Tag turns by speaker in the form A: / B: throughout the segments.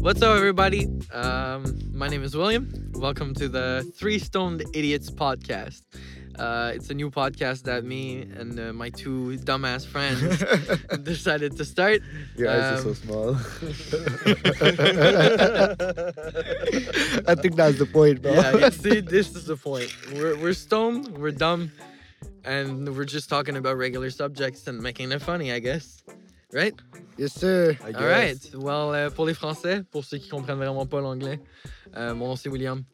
A: What's up, everybody? Um, my name is William. Welcome to the Three Stoned Idiots podcast. Uh, it's a new podcast that me and uh, my two dumbass friends decided to start.
B: Your eyes are so
A: Um,
B: small. I think that's the point, bro.
A: Yeah, you see, this is the point. We're, we're stoned, we're dumb, and we're just talking about regular subjects and making it funny, I guess. Right?
B: yes, sir.
A: All right. Well, euh, pour les Français, pour ceux qui comprennent vraiment pas l'anglais, euh, mon nom c'est William.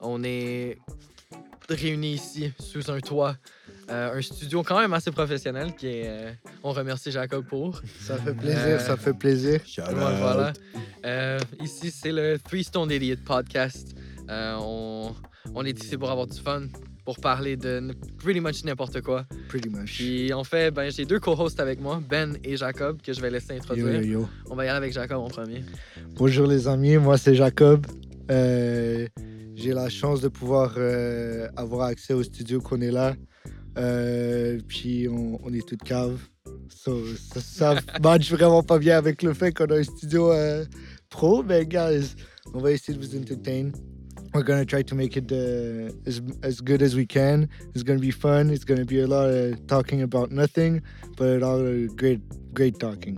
A: On est réunis ici sous un toit, euh, un studio quand même assez professionnel qui est. euh, on remercie Jacob pour.
B: Ça fait plaisir,
A: Euh,
B: ça fait plaisir.
A: Ouais, voilà. Euh, ici c'est le Three Stone Idiot podcast. Euh, on, on est ici pour avoir du fun, pour parler de n- pretty much n'importe quoi.
B: Pretty much.
A: Puis en fait, ben j'ai deux co-hosts avec moi, Ben et Jacob, que je vais laisser
B: Yo,
A: introduire.
B: yo, yo.
A: On va y aller avec Jacob en premier.
B: Bonjour les amis, moi c'est Jacob. Euh, J'ai la chance de pouvoir euh, avoir accès au studio qu'on est là. Euh, puis on, on est toute cave. So, ça, ça match vraiment pas bien avec le fait qu'on a un studio euh, pro, mais guys, on va essayer de vous entertain. We're gonna try to make it uh, as, as good as we can. It's gonna be fun. It's gonna be a lot of talking about nothing, but a lot of great, great talking.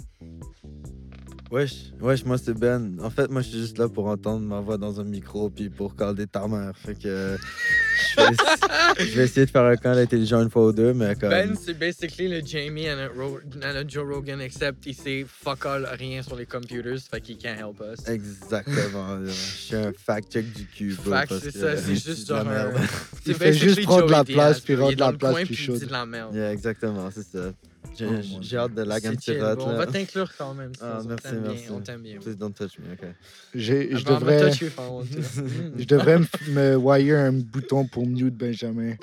C: Wesh, wesh, moi c'est Ben. En fait, moi je suis juste là pour entendre ma voix dans un micro puis pour caler ta mère. Fait que. Je vais, ess- je vais essayer de faire un call intelligent une fois ou deux, mais comme.
A: Ben, c'est basically le Jamie and a, Ro- and a Joe Rogan, except il sait fuck all rien sur les computers, fait qu'il can't help us.
C: Exactement. là. Je suis un fact-check du cul. bro,
A: Fact,
C: parce
A: c'est
C: que-
A: ça, c'est juste
C: de la
A: genre un-
C: merde.
A: C'est
B: Il fait juste
A: basically
B: prendre de la
A: Joey
B: place,
A: Diaz,
B: puis
A: bro.
B: rendre
A: Il est dans
B: la
A: le
B: place,
A: coin,
B: puis
A: il dit
B: chaude.
A: de la merde.
C: Yeah, exactement, c'est ça. J'ai
B: Oh mon
C: j'ai hâte de lag un
A: C'est
C: petit
A: chill,
C: rat,
A: bro. On va
C: là.
A: t'inclure quand même. ça,
C: Ah,
A: on
C: merci,
A: t'aime bien,
C: merci.
A: On t'aime bien.
C: Please don't touch me, ok.
B: J'ai- Je
A: Ah, bah, on va
B: devrais.
A: toucher, enfin, on te- Mm.
B: Je devrais me- me wire un bouton pour mute Benjamin.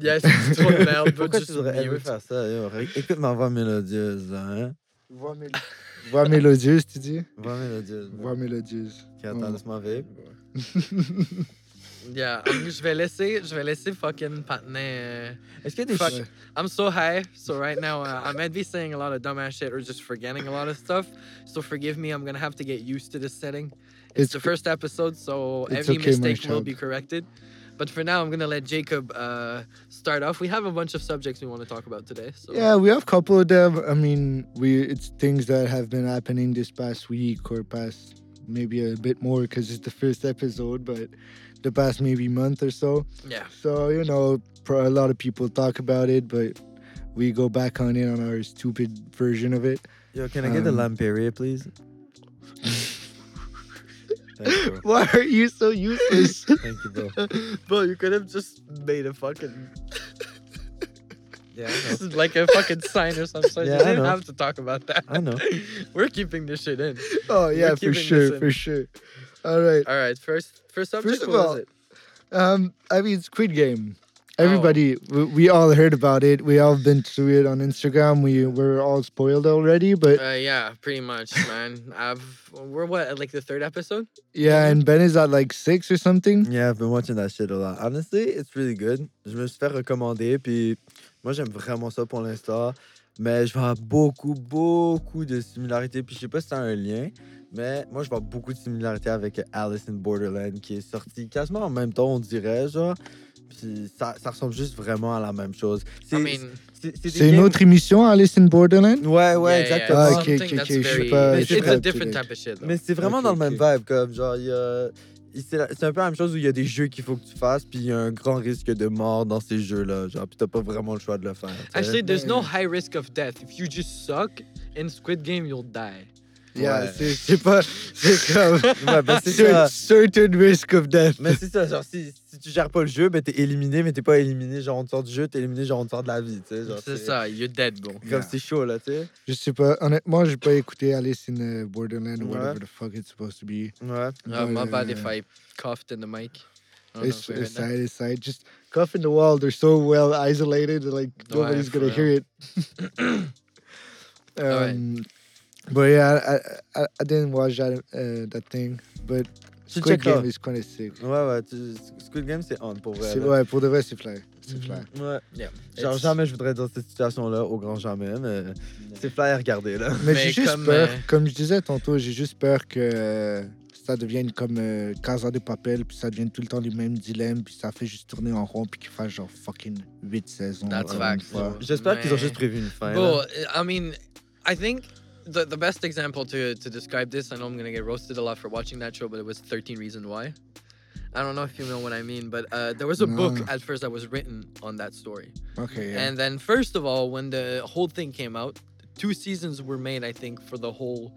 A: Yes, c'est trop de merde, bro.
C: Pourquoi
A: Just
C: tu devrais aimer
A: mute.
C: faire ça? yo? Ré- Écoute ma voix mélodieuse, là, hein?
B: Voix, mél- Voix mélodieuse, tu dis
C: Voix mélodieuse.
B: Voix mélodieuse.
C: Ok, attends,
B: Oh.
C: laisse-moi vivre.
A: Yeah, um, je vais laisser, je vais laisser fucking Patna. euh,
C: Est-ce qu'il y a des
A: Fuck.
C: ch-
A: I'm so high, so right now uh, I might be saying a lot of dumbass shit or just forgetting a lot of stuff. So forgive me, I'm gonna have to get used to this setting. It's,
B: It's
A: the
B: g-
A: first episode, so
B: It's
A: every
B: okay, my
A: mistake will
B: child.
A: be corrected. But for now, I'm gonna let Jacob uh, start off. We have a bunch of subjects we want to talk about today. So
B: Yeah, we have a couple of them. I mean, we it's things that have been happening this past week or past maybe a bit more because it's the first episode, but the past maybe month or so.
A: yeah,
B: So you know, pro- a lot of people talk about it, but we go back on it on our stupid version of it.
C: Yo, can I get the
B: Um,
C: Lamperia, please? Thank you, bro.
B: Why are you so useless?
C: Thank you, bro.
A: bro, you could have just made a fucking
C: Yeah, I know.
A: like a fucking sign or something.
C: Yeah, I
A: you didn't
C: know.
A: have to talk about that.
C: I know.
A: We're keeping this shit in.
B: oh yeah,
A: keeping
B: for
A: this
B: sure,
A: in.
B: for sure. All right.
A: All right, first first subject.
B: First of
A: what was
B: all,
A: it?
B: Um, I mean, Squid Game.
A: Oh.
B: Everybody, we, we all heard about it. We all been through it on Instagram. We were all spoiled already, but
A: Uh, yeah, pretty much, man. I've we're what at, like the third episode.
B: yeah. And Ben is at like six or something.
C: Yeah, I've been watching that shit a lot. Honestly, it's really good. Je me suis fait recommander, puis moi, j'aime vraiment ça pour l'instant. Mais je vois beaucoup, beaucoup de similarités. Puis je sais pas si c'est un lien, mais moi, je vois beaucoup de similarités avec Alice in Borderland qui est sorti quasiment en même temps, on dirait, genre. Puis ça, ça ressemble juste vraiment à la même chose.
A: I
C: C'est
A: mean,
C: c'est- c'est des
B: C'est une
C: games-
B: autre émission, Alice in Borderland.
A: yeah,
C: Ouais, ouais,
A: yeah,
C: exactement.
B: Ah,
A: something
B: ok, ok,
A: that's
B: ok, je sais
A: very-
B: pas-
C: je
A: It's
C: sais
A: a
B: pas,
A: different
B: ok.
A: type of shit. Though.
C: Mais c'est vraiment
B: Ok,
C: dans le même
B: ok.
C: vibe, comme genre, il y a- il- C'est la- c'est un peu la même chose où il y a des jeux qu'il faut que tu fasses, puis il y a un grand risque de mort dans ces jeux-là. Genre, puis t'as pas vraiment le choix de le faire. tu sais.
A: Actually, there's no high risk of death. If you just suck in Squid Game, you'll die.
B: Yeah,
C: Ouais.
B: c'est c'est pas. C'est comme.
C: Ouais, ben, c'est
B: cer-
C: ça.
B: certain risk of death.
C: Mais c'est ça, genre, si, si tu gères pas le jeu, ben t'es éliminé, mais t'es pas éliminé, genre, on te sort du jeu, t'es éliminé, genre, on te sort de la vie, tu sais. genre,
A: C'est ça, uh, you're dead, bro.
C: Comme c'est chaud, là, tu sais.
B: Je sais pas. Honnêtement, j'ai pas écouté Alice in euh, Borderland or
C: Ouais.
B: whatever the fuck it's supposed to be.
C: Ouais.
A: Uh, my
B: Ouais.
A: bad if I coughed in the mic. I don't know
B: It's
A: if we heard
B: it's
A: that.
B: side, it's side. Just cuff in the wall. They're so well isolated. Like
A: Ouais,
B: nobody's
A: for
B: gonna hear it.
A: Alright.
B: um, But yeah, I, I I didn't watch that uh, that thing. But
C: Tu
B: Squid
C: checkeras.
B: Game is kind of sick.
C: Ouais, ouais. tu- Squid Game, c'est on pour vrai.
B: C'est
C: là.
B: ouais, pour de vrai, c'est fly.
A: Mm-hmm.
B: C'est fly.
C: Ouais.
A: Yeah,
C: Genre,
A: it's-
C: jamais je voudrais être dans cette situation-là, au grand jamais, mais c'est fly à regarder, là.
A: Mais
B: Mais j'ai juste
A: comme,
B: peur,
A: euh,
B: comme je disais tantôt, j'ai juste peur que euh, ça devient comme euh, Casa de Papel, puis ça devient tout le temps les mêmes dilemmes, puis ça fait juste tourner en rond, puis qu'il fasse genre fucking 8 saisons.
A: That's
B: euh,
A: facts.
B: une fois.
C: J'espère qu'ils ont
A: Mais-
C: juste prévu une fin.
A: Bro,
C: là.
A: I mean, I think the, the best example to, to describe this, I know I'm going to get roasted a lot for watching that show, but it was 13 Reasons Why. I don't know if you know what I mean, but uh, there was a
B: No.
A: book at first that was written on that story.
B: Ok, yeah.
A: And then, first of all, when the whole thing came out, two seasons were made, I think, for the whole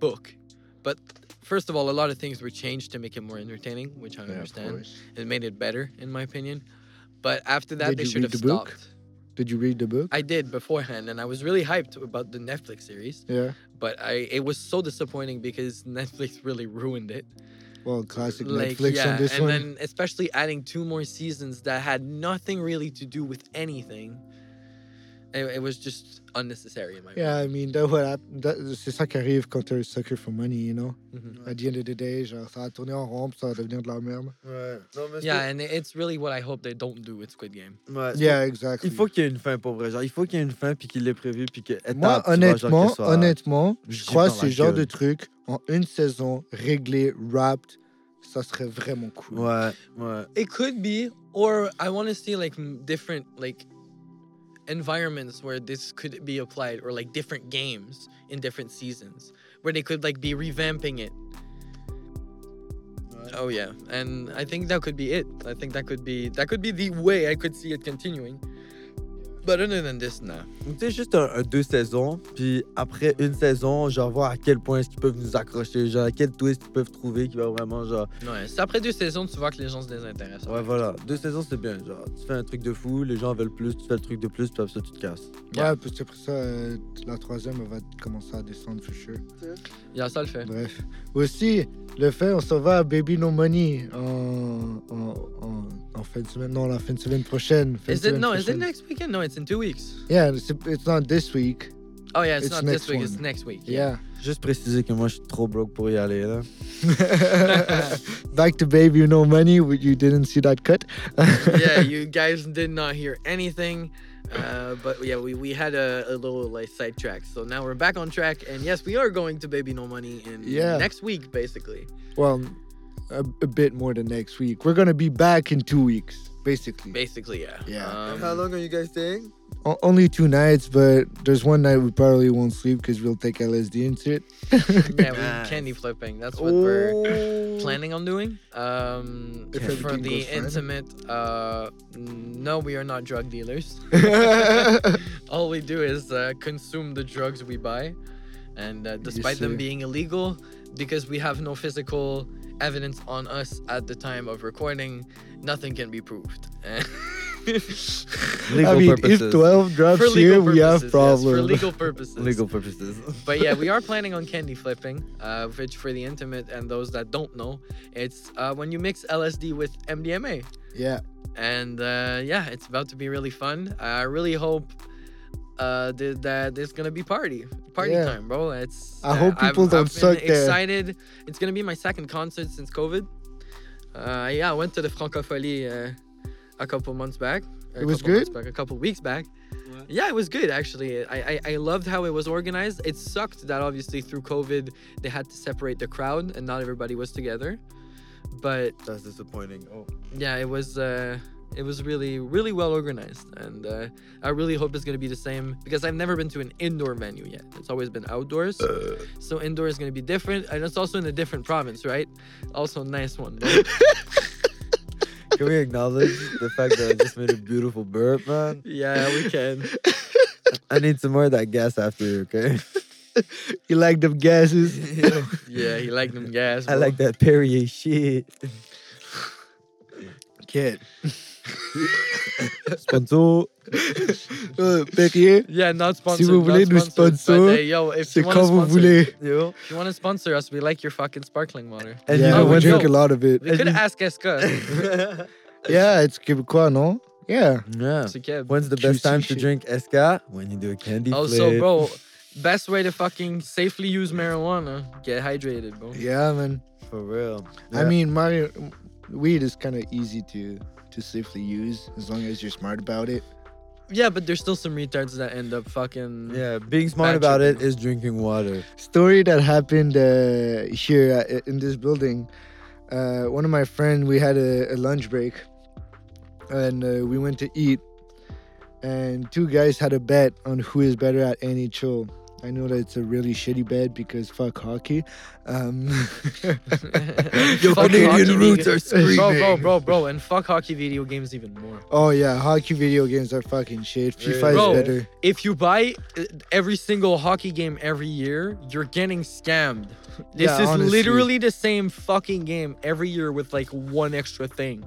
A: book. But first of all, a lot of things were changed to make it more entertaining, which I
B: Yeah, of
A: understand.
B: course.
A: It made it better, in my opinion. But after that,
B: Did
A: they
B: you
A: should
B: read
A: have
B: the book?
A: stopped.
B: Did you read the book?
A: I did beforehand, and I was really hyped about the Netflix series,
B: Yeah.
A: but I it was so disappointing because Netflix really ruined it.
B: Well, classic
A: Like,
B: Netflix
A: yeah,
B: on this
A: and
B: one.
A: then especially adding two more seasons that had nothing really to do with anything. It, it was just unnecessary in my
B: Yeah, I mean, that what hap- that- c'est ça qui arrive quand t'es un sucker for money, you know?
A: opinion. Mhm.
B: At the end of the day, genre, ça va tourner en rond, puis ça va devenir de la merde.
C: Ouais. Non, mais c'est-
A: Yeah, and it's really what I hope they don't do with Squid Game.
C: ouais, c'est-
B: Yeah, exactly.
C: Il faut qu'il y ait une fin, pour vrai. Genre, il faut qu'il y ait une fin, puis qu'il l'ait prévu, puis que.
B: Moi,
C: étape, tu vois, genre,
B: honnêtement,
C: qu'elle soit-
B: honnêtement, je
C: visible
B: crois
C: dans
B: que
C: la
B: ce genre de
C: gueule.
B: truc, en une saison, réglé, wrapped, ça serait vraiment cool.
C: Ouais, ouais.
A: It could be, or I want to see like m- different like environments where this could be applied, or like different games in different seasons where they could like be revamping it. Oh yeah, and I think that could be it. I think that could be that could be the way I could see it continuing. But other than this, nah.
C: Tu sais, juste un, un deux saisons, puis après une saison, genre, voir à quel point est-ce qu'ils peuvent nous accrocher, genre, quel twist ils peuvent trouver qui va vraiment, genre.
A: Ouais, c'est après deux saisons, tu vois que les gens se désintéressent.
C: Ouais, voilà. Deux saisons, c'est bien. Genre, tu fais un truc de fou, les gens veulent plus, tu fais le truc de plus, puis après ça, tu te casses.
A: Yeah.
B: Ouais, parce que après ça, euh, la troisième, elle va commencer à descendre, for sure.
A: Yeah, ça le fait.
B: Bref. Aussi, le fait, on s'en va à Baby No Money en, en, en, en fin de semaine. Non, la fin de semaine prochaine. Fin de
A: Is it
B: semaine
A: no? Is it
B: prochaine.
A: next weekend? No, it's in two weeks.
B: Yeah, it's, it's not this week.
A: Oh yeah, it's,
B: It's
A: not
B: next
A: this week. It's
B: one.
A: next week.
B: Yeah.
C: Juste préciser que moi, je suis trop broke pour y aller, là.
B: Back to Baby No Money. You didn't see that cut.
A: yeah, you guys did not hear anything. Uh, but yeah, we, we had a, a little like sidetrack. So now we're back on track. And yes, we are going to Baby No Money in
B: Yeah.
A: next week, basically.
B: Well, a, a bit more than next week. We're gonna be back in two weeks, basically.
A: Basically, yeah.
B: Yeah.
A: Um,
C: are you guys staying?
B: O- only two nights, but there's one night we probably won't sleep because we'll take LSD into it.
A: yeah,
C: Nice.
A: we candy flipping. That's what we're
C: Oh!
A: planning on doing. Um,
B: If
A: for
B: everything
A: the
B: goes fine.
A: intimate, uh, no, we are not drug dealers.
B: yeah,
A: All we do is uh, consume the drugs we buy, and uh, despite them
B: sir.
A: being illegal, because we have no physical evidence on us at the time of recording, nothing can be proved.
C: Legal
B: I mean,
C: purposes.
B: if 12 drops here, we
A: yes,
B: have
A: for
B: problems.
A: legal purposes.
C: Legal purposes.
A: But yeah, we are planning on candy flipping, uh, which for the intimate and those that don't know, it's uh, when you mix LSD with MDMA.
B: yeah,
A: and uh, yeah, it's about to be really fun. I really hope uh, th- that there's gonna be party, party
B: Yeah.
A: time, bro. It's uh,
B: I hope people
A: I've,
B: don't
A: I've
B: suck
A: been
B: there.
A: Excited. It's gonna be my second concert since COVID. Uh, yeah, I went to the Francophonie uh, a couple months back. a
B: It was
A: couple months
B: good?
A: Back, a couple weeks back. Yeah, it was good actually. I, I I loved how it was organized. It sucked that obviously through COVID they had to separate the crowd and not everybody was together, but
C: That's disappointing. Oh.
A: yeah it was uh it was really really well organized and uh, i really hope it's going to be the same because i've never been to an indoor venue yet it's always been outdoors
B: Uh.
A: so indoor is going to be different and it's also in a different province right also a nice one bro.
C: Can we acknowledge the fact that I just made a beautiful burp, man?
A: yeah we can
C: I need some more of that gas after, okay?
B: you like them gases.
A: yeah he liked them gas
C: I
A: bro.
C: like that Perrier shit.
B: Kid.
C: Sponsor.
B: Euh, Perrier,
A: yeah not sponsored
B: Si vous
A: not
B: voulez nous
A: sponsored,
B: sponsor,
A: but, hey, yo if
B: c'est
A: you want
B: quand
A: to
B: vous
A: sponsor,
B: voulez.
C: Yo.
A: if you want to sponsor us we like your fucking sparkling water
C: And
B: yeah,
C: you know
A: we
B: we
C: what?
B: drink
A: joke.
B: a lot of it.
A: we could ask Eska.
B: Yeah, it's Québécois, non? Yeah.
C: yeah.
A: It's a kid.
C: When's the
B: Juicy
C: best time to
B: shit.
C: drink SK? When you do a candy
A: also
C: flip.
A: Oh, bro best way to fucking safely use marijuana get hydrated bro
B: Yeah, man.
C: For real.
B: I
C: Yeah.
B: mean, Mario, weed is kind of easy to to safely use as long as you're smart about it.
A: yeah, but there's still some retards that end up fucking.
C: Yeah, being smart about it is drinking water.
B: story that happened uh, here at, in this building. Uh, one of my friend, we had a, a lunch break, and uh, we went to eat, and two guys had a bet on who is better at NHL. I know that it's a really shitty bet because fuck hockey. Um,
A: Fuck hockey
C: Canadian roots
A: video-
C: are screaming.
A: Bro, bro, bro, bro, and fuck hockey video games even more.
B: oh yeah, hockey video games are fucking shit. FIFA
A: Bro.
B: is better.
A: If you buy uh, every single hockey game every year, you're getting scammed. This
B: Yeah,
A: is
B: honestly.
A: literally the same fucking game every year with like one extra thing.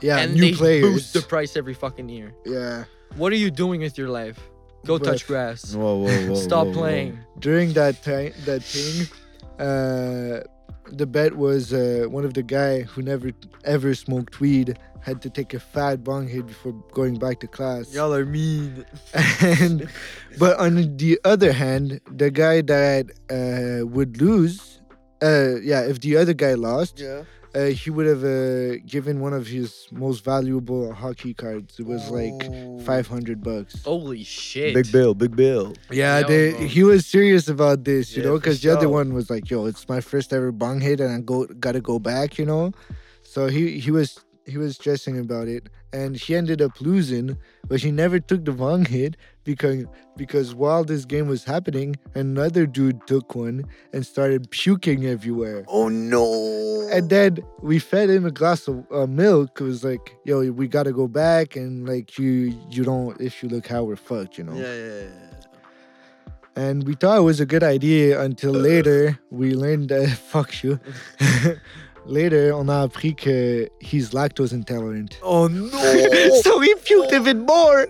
B: Yeah,
A: and
B: new
A: they
B: players.
A: boost the price every fucking year.
B: yeah.
A: What are you doing with your life? Go
B: Bruh.
A: touch grass.
C: Whoa, whoa, whoa.
A: Stop
C: whoa, whoa.
A: playing.
B: during that time, that thing, uh, the bet was uh, one of the guy who never ever smoked weed had to take a fat bong hit before going back to class.
C: Y'all are mean.
B: And but on the other hand, the guy that uh, would lose, uh, yeah, if the other guy lost,
C: Yeah.
B: uh, he would have uh, given one of his most valuable hockey cards. It was like
C: Oh.
B: five hundred bucks.
A: Holy shit.
C: Big bill, big bill.
B: Yeah,
A: Yo,
B: they,
A: bro.
B: he was serious about this, you
C: Yeah,
B: know,
C: for
B: because the other
C: sure.
B: one was like, "Yo, it's my first ever bong hit, and I go gotta go back," you know. So he he was he was stressing about it, and he ended up losing, but he never took the bong hit because because while this game was happening, another dude took one and started puking everywhere.
C: Oh no.
B: And then we fed him a glass of uh, milk. It was like, "Yo, we gotta go back," and like you you don't if you look how we're fucked, you know.
C: Yeah, yeah, yeah.
B: And we thought it was a good idea until later we learned that fuck you. later, on a appris que he's lactose intolerant.
C: Oh no.
B: so he puked even more,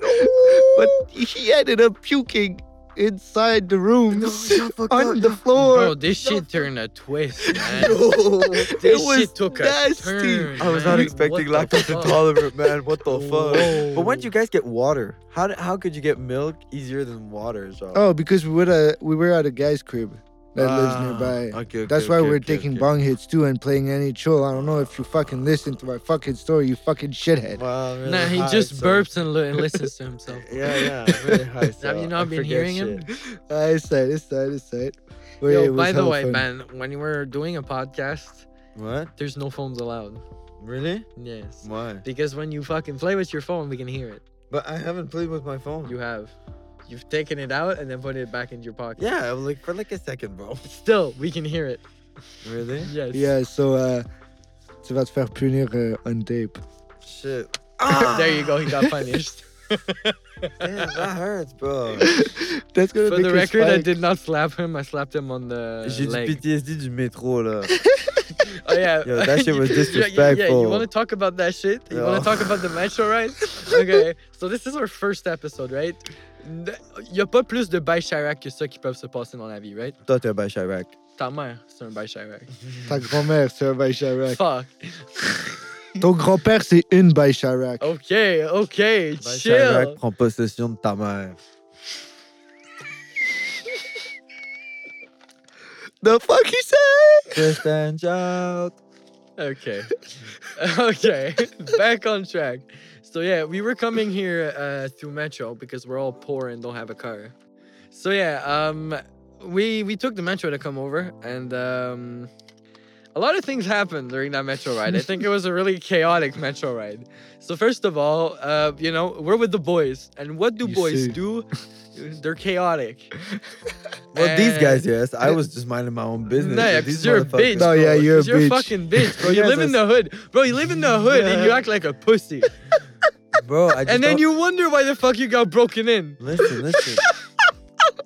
B: but he ended up puking inside the room on the
A: Bro,
B: floor.
A: this shit turned a twist, man.
B: it
A: this
B: was
A: shit took
B: nasty.
A: a turn.
C: I was
A: man.
C: not expecting
A: What the
C: lactose
A: fuck?
C: intolerant, man. What the fuck?
A: Whoa.
C: But when did you guys get water? How, did, how could you get milk easier than water? So?
B: Oh, because we were at, we were at a guy's crib that lives
C: Ah,
B: nearby.
C: okay, okay,
B: That's why
C: okay,
B: we're
C: okay,
B: taking
C: okay.
B: bong hits too and playing any chill. I don't know if you fucking listen to my fucking story, you fucking shithead.
C: Wow, I'm really
A: Nah, he
C: high,
A: just
C: so-
A: burps and, li- and listens to himself.
C: Yeah, yeah. I'm really high, so
A: Have you not
C: I
A: been
C: forget
A: hearing him?
C: shit.
B: I said, I said, I said. But yeah, it
A: Yo,
B: was
A: by the
B: hella
A: way,
B: fun.
A: man, when we're doing a podcast,
C: What?
A: there's no phones allowed.
C: Really?
A: Yes.
C: Why?
A: Because when you fucking play with your phone, we can hear it.
C: But I haven't played with my phone.
A: You have. You've taken it out and then put it back in your pocket.
C: yeah, I'm like for like a second, bro.
A: Still, we can hear it.
C: Really?
A: Yes.
B: Yeah, so uh, tu vas te faire punir euh, on tape.
C: Shit.
A: there you go. He got punished.
C: Ah, Damn, that hurts, bro.
B: That's gonna
A: For
B: make
A: the
B: you
A: record, I
B: spike.
A: did not slap him. I slapped him on the
C: J'ai du
A: leg.
C: PTSD du métro là.
A: Oh yeah.
C: Yo, that shit was
A: Yeah, yeah, Yeah, you
C: disrespectful.
A: want to talk about that shit? You
C: Yo.
A: want to talk about the metro, right? Okay. so this is our first episode, right? Y a pas plus de bail Chirac que ça qui peuvent se passer dans la vie, right?
C: Toi, t'es un bail Chirac.
A: Ta mère, c'est un bail Chirac.
B: Ta grand-mère, c'est un Baïcharac.
A: Fuck.
B: Ton grand-père, c'est une Baïcharac.
A: Ok, ok,
C: Bail
A: chill.
C: Chirac prend possession de ta mère.
B: The fuck you say?
C: Just and shout.
A: Okay. okay. Back on track. So yeah, we were coming here uh, through metro because we're all poor and don't have a car. So yeah, um, we we took the metro to come over, and um, a lot of things happened during that metro ride. I think it was a really chaotic metro ride. So first of all, uh, you know, we're with the boys, and what do
B: You
A: boys
B: see.
A: do? They're chaotic.
C: Well, these
A: And-
C: guys, yes. I was just minding my own business.
A: No, yeah,
C: but these
A: 'cause you're a
C: motherfuckers-
A: bitch.
B: No,
A: bro.
B: yeah, you're a
A: 'Cause
B: bitch.
A: fucking bitch, bro. You
C: Yeah,
A: live in the hood, bro. You live in the hood and you act like a pussy.
C: Bro, I just
A: And then
C: don't-
A: you wonder why the fuck you got broken in.
C: Listen, listen.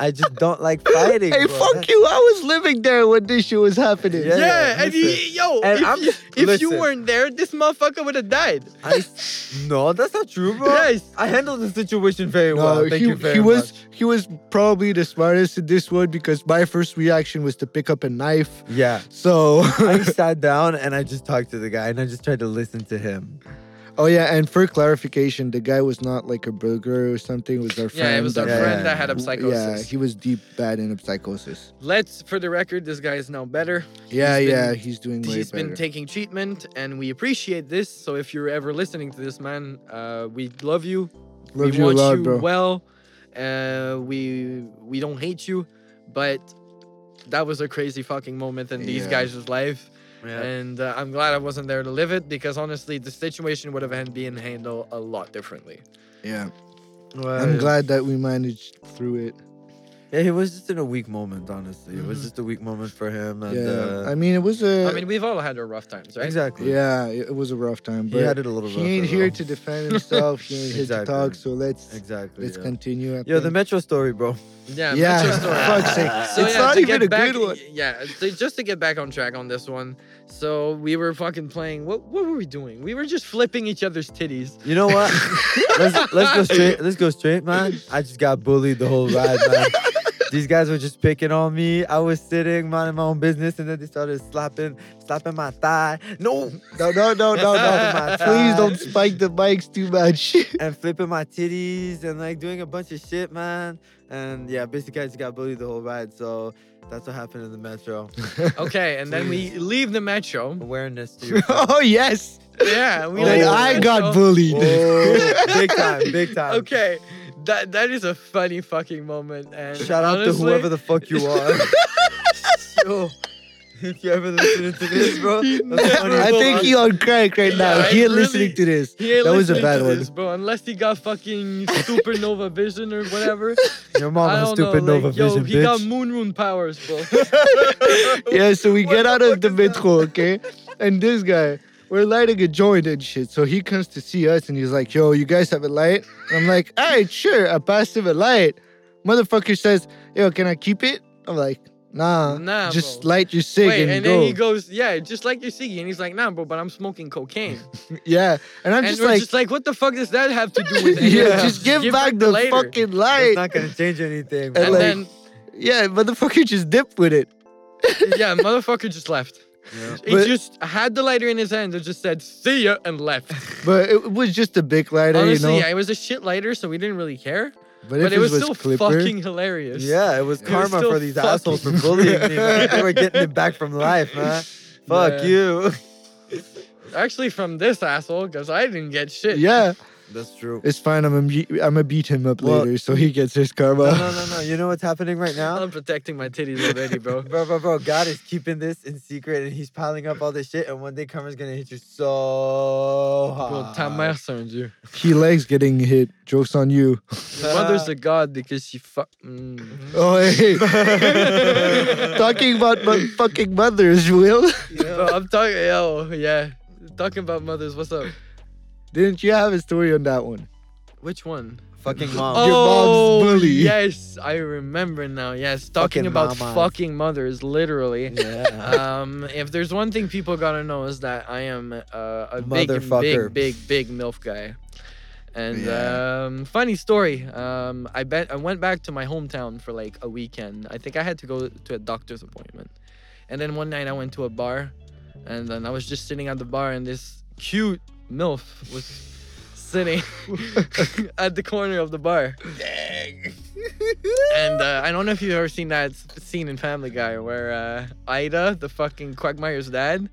C: I just don't like fighting.
B: Hey,
C: bro.
B: fuck you. I was living there when this shit was happening.
A: Yeah,
C: Yeah, yeah,
A: and you,
C: listen.
A: yo,
C: And
A: if,
C: I'm-
A: you, if you
C: listen.
A: weren't there, this motherfucker would have died.
C: I, no, that's not true, bro.
A: Yes.
C: I handled the situation very
B: No,
C: well. Thank
B: he,
C: you very
B: he was
C: much.
B: he was probably the smartest in this one because my first reaction was to pick up a knife.
C: Yeah.
B: So
C: I sat down and I just talked to the guy and I just tried to listen to him.
B: Oh yeah, and for clarification, the guy was not like a burglar or something. It was our friend.
A: Yeah, it was our
C: Yeah.
A: friend that had a
B: W- Yeah,
A: psychosis.
B: he was deep bad in a psychosis.
A: Let's, for the record, this guy is now better.
B: Yeah,
A: He's been-
B: yeah, he's doing way
A: He's
B: better.
A: been taking treatment, and we appreciate this. So if you're ever listening to this man, uh, we love you.
B: Love
A: we
B: you a
A: want
B: lot,
A: you
B: bro.
A: well. Uh, we we don't hate you, but that was a crazy fucking moment in these
C: Yeah.
A: guys' life, and uh, I'm glad I wasn't there to live it because honestly, the situation would have been handled a lot differently.
B: Yeah.
C: Ouais.
B: I'm glad that we managed through it.
C: Yeah, he was just in a weak moment, honestly. It was
A: Mhm.
C: just a weak moment for him. And,
B: Mm-hmm. yeah.
C: uh,
B: I mean, it was a.
A: I mean, we've all had our rough times, right?
C: exactly.
B: yeah, it was a rough time,
C: He
B: but
C: had it a little
B: he
C: rough
B: ain't
C: as
B: here
C: well.
B: to defend himself. he ain't here to
C: Exactly.
B: talk. So let's
C: Exactly.
B: let's
C: yeah.
B: continue. I
C: Yo, the
B: think.
C: Metro story, bro.
A: Yeah,
B: yeah.
A: Metro Story.
B: fuck's sake.
A: So
B: it's
A: yeah,
B: not
A: to
B: even
A: get
B: a
A: back,
B: good one.
A: Yeah, to- just to get back on track on this one. So we were fucking playing. What what were we doing? We were just flipping each other's titties.
C: You know what? let's let's go straight. Let's go straight, man. I just got bullied the whole ride, man. These guys were just picking on me. I was sitting, minding my own business, and then they started slapping, slapping my thigh. No,
B: No, no, no, no,
C: slapping
B: no.
C: my
B: Please
C: thigh
B: don't spike the mics too much.
C: And flipping my titties and like doing a bunch of shit, man. And yeah, basically I just got bullied the whole ride. So that's what happened in the metro.
A: Okay, and then we leave the metro.
C: Awareness to your
B: oh yes.
A: Yeah, we Oh.
B: Like
A: leave the
B: I
A: metro.
B: got bullied.
C: Whoa, Oh, big time, big time.
B: Um,
A: Okay, that that is a funny fucking moment. And
C: Shout out to
A: honestly-
C: whoever the fuck you are. Yo, if you ever listening to this, bro, that's funny.
B: I think he on crack right now.
A: Yeah,
B: He
A: it
B: listening
A: really-
B: to this.
A: He ain't
B: That was a
A: listening
B: bad
A: to
B: one.
A: this, bro. Unless he got fucking supernova vision or whatever.
C: Your
A: I
C: mom has
A: don't
C: stupid
A: know.
C: Nova
A: Like, yo,
C: Vision,
A: he got
C: bitch.
A: moon rune powers, bro.
B: Yeah, so we
C: What
B: get
C: the
B: out of
C: fuck
B: the
C: is
B: metro, okay? And this guy, we're lighting a joint and shit. So he comes to see us and he's like, yo, you guys have a light? And I'm like, all right, sure. I passed him a light. Motherfucker says, yo, can I keep it? I'm like, nah.
A: Nah,
B: just
A: bro.
B: light your cig
A: Wait,
B: and,
A: and
B: go.
A: then he goes, yeah, just like you're seeing. And he's like, nah, bro, but I'm smoking cocaine.
B: Yeah. And I'm
A: and
B: just
A: we're
B: like,
A: just like, what the fuck does that have to do with anything?
B: yeah, just give back
A: it
B: the
A: later."
B: fucking
C: It's
B: light.
C: not gonna change anything.
B: And
A: And
C: bro.
B: like-
A: then,
B: yeah, motherfucker just dipped with it.
A: yeah, motherfucker just left.
C: Yeah.
A: He
B: But-
A: just had the lighter in his hand and just said, see ya, and left.
B: But it was just a big lighter,
A: Honestly,
B: you know?
A: yeah, it was a shit lighter, so we didn't really care. But,
B: But, if
A: it was, still
B: Clipper,
A: fucking hilarious.
C: Yeah, it was
B: It
A: was
C: karma
A: still
C: for these
A: fucking-
C: assholes for bullying me. man. They were getting it back from life, man. Fuck
A: Yeah.
C: you.
A: Actually, from this asshole, because I didn't get shit.
B: Yeah,
C: That's true.
B: it's fine. I'm gonna be- I'm gonna beat him up
C: Well-
B: later, so he gets his
C: No,
B: karma.
A: Uh-huh.
C: no, no, no. You know what's happening right now?
A: I'm protecting my titties already, bro.
C: Bro, bro, bro, God is keeping this in secret and he's piling up all this shit, and one day karma's gonna hit you so hard.
A: Bro,
B: Ah.
A: ta mère, c'est un dieu.
B: He likes getting hit. Jokes on you.
A: Your mother's a god because she fuck. Mm.
B: Oh hey, talking about mo- fucking mothers, Will.
A: Bro, I'm talking. Yo, yeah. Talking about mothers, what's up?
B: Didn't you have a story on that one?
A: Which one?
C: Fucking mom.
B: Um, Your
A: Oh.
B: mom's bully.
A: Yes, I remember now. Yes, talking
C: Fucking
A: about
C: mamas.
A: fucking mothers, literally.
C: Yeah.
A: um, if there's one thing people gotta know is that I am uh, a big,
C: Motherfucker.
A: big, big, big milf guy. And
B: Yeah.
A: um, funny story. Um, I bet I went back to my hometown for like a weekend. I think I had to go to a doctor's appointment. And then one night I went to a bar, and then I was just sitting at the bar, and this cute milf was sitting at the corner of the bar. And uh, I don't know if you've ever seen that s- scene in Family Guy where uh, Ida, the fucking Quagmire's dad,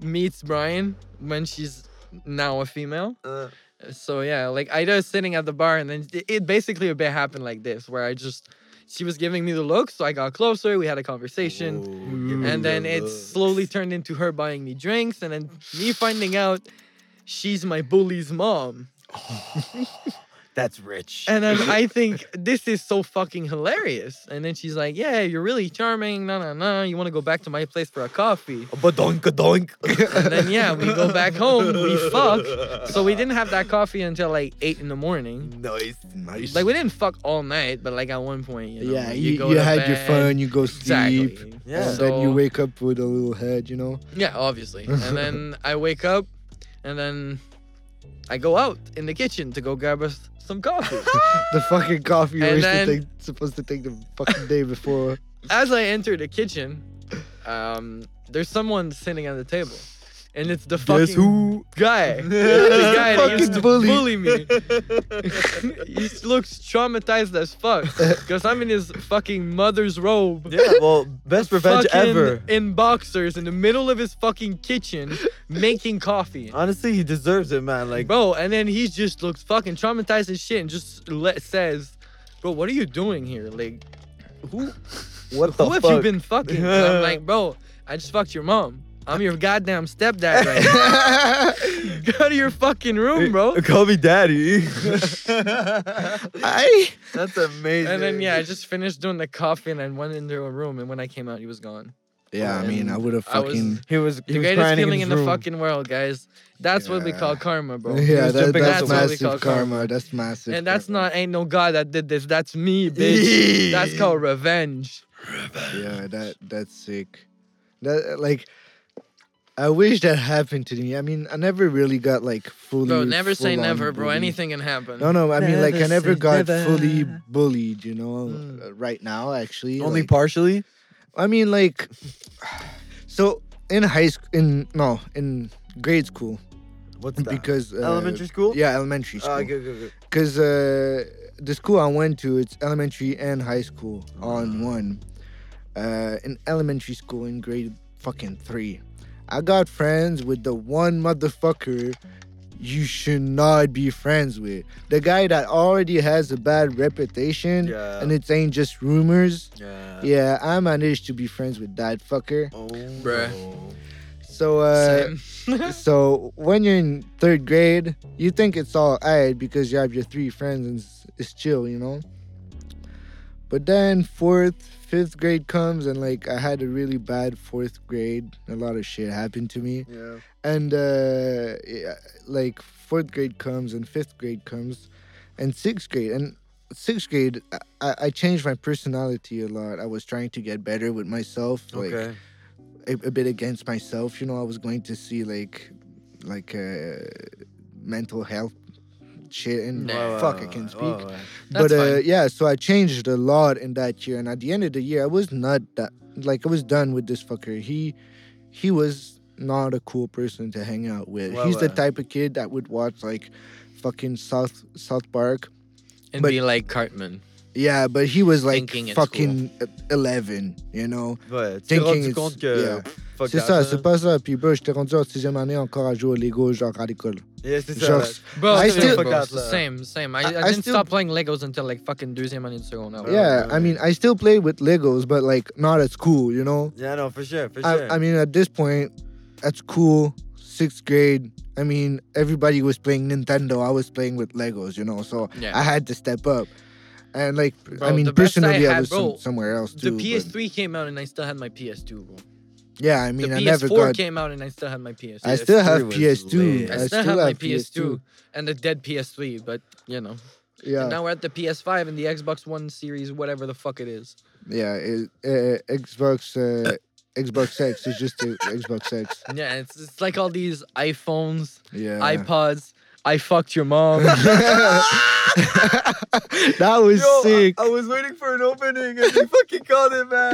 A: meets Brian when she's now a female.
C: Uh,
A: So yeah, like Ida is sitting at the bar, and then it- it basically a bit happened like this, where I just she was giving me the look, so I got closer, we had a conversation,
C: whoa, give me
A: and then
C: the
A: it
C: looks.
A: slowly turned into her buying me drinks, and then me finding out she's my bully's mom.
C: That's rich.
A: And then I think this is so fucking hilarious. And then she's like, "Yeah, you're really charming. No, no, no. You want to go back to my place for a coffee?"
C: Badoink, doink.
A: And then yeah, we go back home. We fuck. So we didn't have that coffee until like eight in the morning.
C: Nice, nice.
A: Like we didn't fuck all night, but like at one point, you know,
B: yeah,
A: like,
B: you,
A: go
B: you
A: to
B: had your
A: bed.
B: fun. You go
A: Exactly.
B: sleep.
C: Yeah.
B: And then you
A: So-
B: wake up with a little head, you know.
A: Yeah, obviously. And then I wake up, and then I go out in the kitchen to go grab us some coffee.
B: The fucking coffee you
A: And
B: were
A: then-
B: to take, supposed to take the fucking day before.
A: as I enter the kitchen, um, there's someone sitting at the table. and it's the fucking
C: Guess who?
A: guy. the guy that used
B: Fucking
A: to
B: bully.
A: bully me. he looks traumatized as fuck because I'm in his fucking mother's robe.
C: Yeah, well, best revenge
A: fucking
C: ever.
A: In boxers in the middle of his fucking kitchen making coffee.
C: Honestly, he deserves it, man. Like,
A: bro, and then he just looks fucking traumatized as shit and just le- says, Bro, what are you doing here? Like, who,
C: what the
A: who have
C: fuck?
A: you been fucking? And I'm like, Bro, I just fucked your mom. I'm your goddamn stepdad right now. Go to your fucking room, bro.
C: Call me daddy.
B: I.
C: That's amazing.
A: And then, yeah, I just finished doing the coffee and I went into a room. And when I came out, he was gone.
B: Yeah, I mean, I would have
A: I was-
B: fucking.
C: he was he
A: the
C: was
A: greatest
C: crying
A: feeling in,
C: his
A: the
C: room.
A: fucking world, guys. That's what we
B: Yeah.
A: call karma, bro.
B: yeah,
C: was
B: that-
C: jumping
B: that's
A: out the window.
B: massive karma. That's massive.
A: And that's
B: karma.
A: not ain't no guy that did this. That's me, bitch. that's called revenge.
B: Yeah, that that's sick. That like, I wish that happened to me. I mean, I never really got like fully.
A: Bro, never say
B: full-on
A: never, bro.
B: bullied.
A: Anything can happen.
B: No, no. I mean, like, I
C: Never
B: never
C: say
B: got
C: never.
B: fully bullied. You know,
A: Mm.
B: uh, right now actually.
C: Only
B: like-
C: partially.
B: I mean, like, so in high school, in no, in grade school,
C: What's that?
B: because uh,
C: Elementary school.
B: Yeah, elementary
C: Ah,
B: school.
C: good, good, good.
B: Because uh, the school I went to, it's elementary and high school all in one. Uh, in elementary school, in grade fucking three, I got friends with the one motherfucker you should not be friends with. The guy that already has a bad reputation,
C: Yeah.
B: and it ain't just rumors.
C: yeah.
B: Yeah, I managed to be friends with that fucker.
C: Oh,
A: Bruh.
C: no.
B: So, uh, so when you're in third grade, you think it's all alright because you have your three friends and it's, it's chill, you know. But then fourth, fifth grade comes and like I had a really bad fourth grade. A lot of shit happened to me,
C: Yeah.
B: and uh, yeah, like fourth grade comes and fifth grade comes, and sixth grade and sixth grade I- I, I changed my personality a lot. I was trying to get better with myself. Like,
C: Okay.
B: a, a bit against myself. You know, I was going to see like like uh, mental health shit and
A: Nah. Wow,
B: fuck, I can speak.
C: Wow, wow.
A: That's
B: but uh,
A: fine.
B: yeah, so I changed a lot in that year, and at the end of the year, I was not that like I was done with this fucker. He he was not a cool person to hang out with.
C: Wow,
B: He's the
A: uh,
C: wow.
B: type of kid that would watch like fucking South South Park.
A: and
B: but-
A: be like Cartman.
B: Yeah, but he was like
A: Thinking it's cool.
B: fucking e-, eleven, you know.
C: Ouais, tu t'es
B: Thinking
C: rendu
B: it's-
C: compte que.
B: yeah.
C: uh, Fuck
B: C'est
C: that,
B: ça,
C: hein?
B: c'est pas ça. Puis bro, j'étais rendu en sixième année encore à jouer au Lego genre à l'école.
C: Yeah, c'est ça.
B: Genre,
C: là.
A: Bro,
B: I
A: it's
B: still-
A: bro, it's the
C: Forgot, uh,
A: same, same. I, I,
B: I- I
A: didn't
B: still-
A: stop playing Legos until like fucking deuxième année de seconde.
C: Oh,
B: yeah, I
C: really?
B: mean, I still play with Legos, but like not at school, you know.
C: Yeah, no, for sure, for sure.
B: I, I mean, at this point, at school, sixth grade, I mean, everybody was playing Nintendo. I was playing with Legos, you know. So
A: Yeah.
B: I had to step up, and like,
A: Bro,
B: I mean,
A: the best I
B: personally, I,
A: had,
B: was some-
A: bro,
B: somewhere else
A: The
B: too. but-
A: PS3 came out and I still had my PS2. Bro.
B: yeah, I
A: The
B: mean, I never
A: PS4
B: got.
A: came out and I still had my PS2.
B: I still
C: PS3
B: have
C: was
B: PS2.
C: lit.
A: I
B: I
A: still, have my
B: have
A: PS2 and the dead PS3, but you know.
B: Yeah,
A: And now we're at the PS5 and the Xbox One Series, whatever the fuck it is.
B: yeah. It, uh, Xbox, uh, Xbox X is just a Xbox X.
A: Yeah, it's, it's like all these iPhones,
B: Yeah.
A: iPods. I fucked your mom.
B: that was
C: Yo,
B: sick.
C: I, I was waiting for an opening and you fucking called it, man.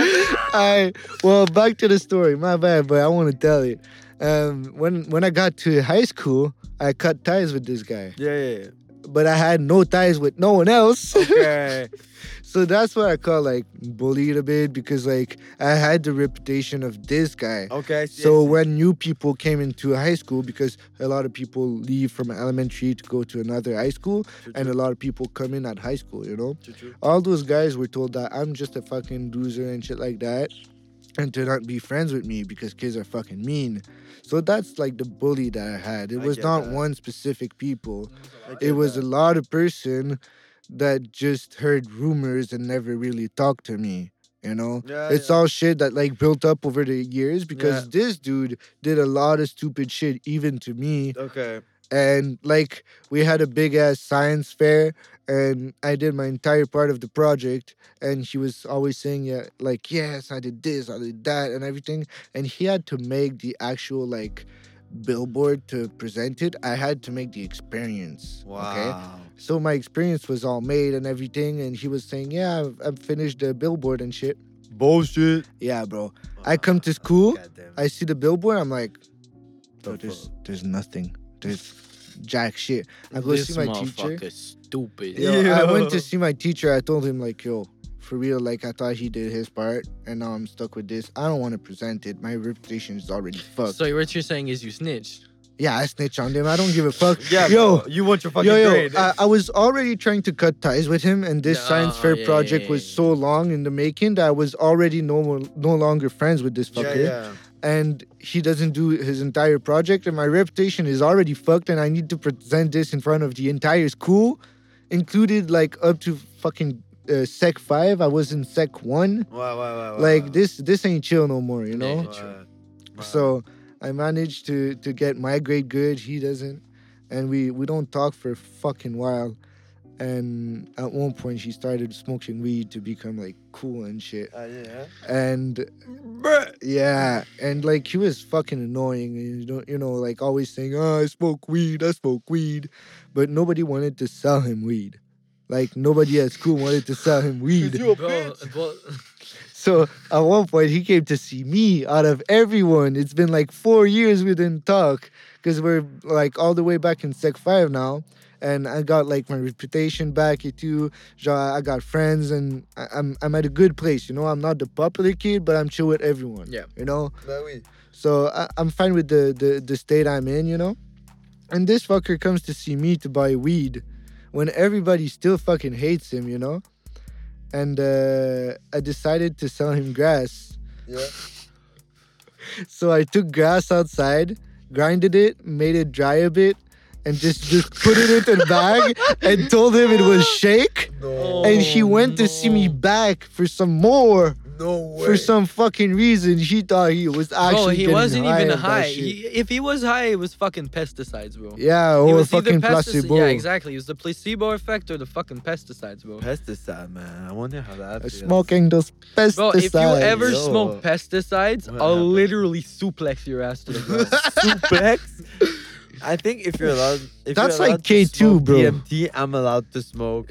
B: I well back to the story. My bad, but I want to tell it. Um, when when I got to high school, I cut ties with this guy,
C: Yeah, yeah, yeah.
B: but I had no ties with no one else.
C: Okay.
B: so that's what I call like bullied a bit because like I had the reputation of this guy.
C: Okay. I see,
B: So
C: I see.
B: when new people came into high school, because a lot of people leave from elementary to go to another high school,
C: True,
B: and
C: true,
B: a lot of people come in at high school, you know.
C: true, true.
B: all those guys were told that I'm just a fucking loser and shit like that, and to not be friends with me because kids are fucking mean. So that's like the bully that I had. It
C: I
B: was
C: get
B: not
C: that.
B: one specific people.
C: I get
B: It was
C: that.
B: a lot of person that just heard rumors and never really talked to me. You know,
C: Yeah,
B: it's
C: yeah.
B: all shit that like built up over the years because
C: Yeah.
B: this dude did a lot of stupid shit even to me
C: Okay.
B: and like we had a big ass science fair and i did my entire part of the project and he was always saying yeah like yes i did this i did that and everything and he had to make the actual like billboard to present it i had to make the experience
C: Wow.
B: so my experience was all made and everything and he was saying yeah i've, I've finished the billboard and shit
C: Bullshit.
B: yeah bro I come to school,
C: God damn it.
B: i see the billboard i'm like So
C: the
B: there's
C: fuck?
B: there's nothing. There's jack shit. I go see my teacher.
A: motherfucker stupid.
B: Yo, I went
C: Yo.
B: to see my teacher. I told him like, yo, for real, like I thought he did his part, and now I'm stuck with this. I don't want to present it. My reputation is already fucked.
A: So what you're saying is you snitched.
B: yeah, I snitch on them. I don't give a fuck.
C: Yeah,
B: yo,
C: bro, you want your fucking
B: yo, yo,
C: grade.
B: I, I was already trying to cut ties with him, and this science
A: No,
B: fair
A: yeah,
B: project
A: yeah,
B: was
A: yeah.
B: so long in the making that I was already no more, no longer friends with this
C: yeah,
B: fucker.
C: yeah.
B: And he doesn't do his entire project, and my reputation is already fucked, and I need to present this in front of the entire school, included like up to fucking uh, sec five. I was in sec one.
C: Ouais, ouais, ouais, ouais.
B: Like
C: ouais.
B: this, this ain't chill no more, you know.
A: Yeah.
C: Ouais, ouais.
B: So I managed to to get my grade good. He doesn't, and we we don't talk for a fucking while. And at one point, she started smoking weed to become like cool and shit.
C: Ah, yeah.
B: And
C: Bruh.
B: yeah, and like he was fucking annoying. and You don't, you know, like always saying, "Oh, I smoke weed, I smoke weed," but nobody wanted to sell him weed. Like nobody at school wanted to sell him weed.
C: You a
A: Bro,
C: bitch.
A: bro,
B: So at one point, he came to see me out of everyone. It's been like four years we didn't talk because we're like all the way back in Sec 5 now. And I got like my reputation back et tout. Genre, I got friends and I, I'm, I'm at a good place. You know, I'm not the popular kid, but I'm chill with everyone.
A: Yeah.
B: You know?
C: Bah oui.
B: So I, I'm fine with the, the the state I'm in, you know. And this fucker comes to see me to buy weed, when everybody still fucking hates him, you know. And uh, I decided to sell him grass.
C: Yeah.
B: So I took grass outside, grinded it, made it dry a bit, and just just put it in a bag and told him it was shake.
C: No.
B: and he went to see me
A: Oh, no.
B: back for some more.
C: No way.
B: For some fucking reason, he thought he was actually.
A: bro, Oh, he
B: getting
A: wasn't
B: high
A: even
B: off that
A: high.
B: shit.
A: He, if he was high, it was fucking pesticides, bro.
B: Yeah,
A: He
B: or
A: was either
B: fucking
A: pestic-
B: placebo.
A: Yeah, exactly. It was the placebo effect or the fucking pesticides, bro.
C: pesticide, man. I wonder how that
B: Uh,
C: feels.
B: Smoking those pesticides.
A: Bro, if you ever
C: Yo.
A: smoke pesticides,
C: What
A: I'll
C: happened?
A: literally suplex your ass to the ground.
C: Suplex. I think if you're allowed, if
B: That's
C: you're allowed
B: like K2,
C: to smoke
B: bro.
C: DMT, I'm allowed to smoke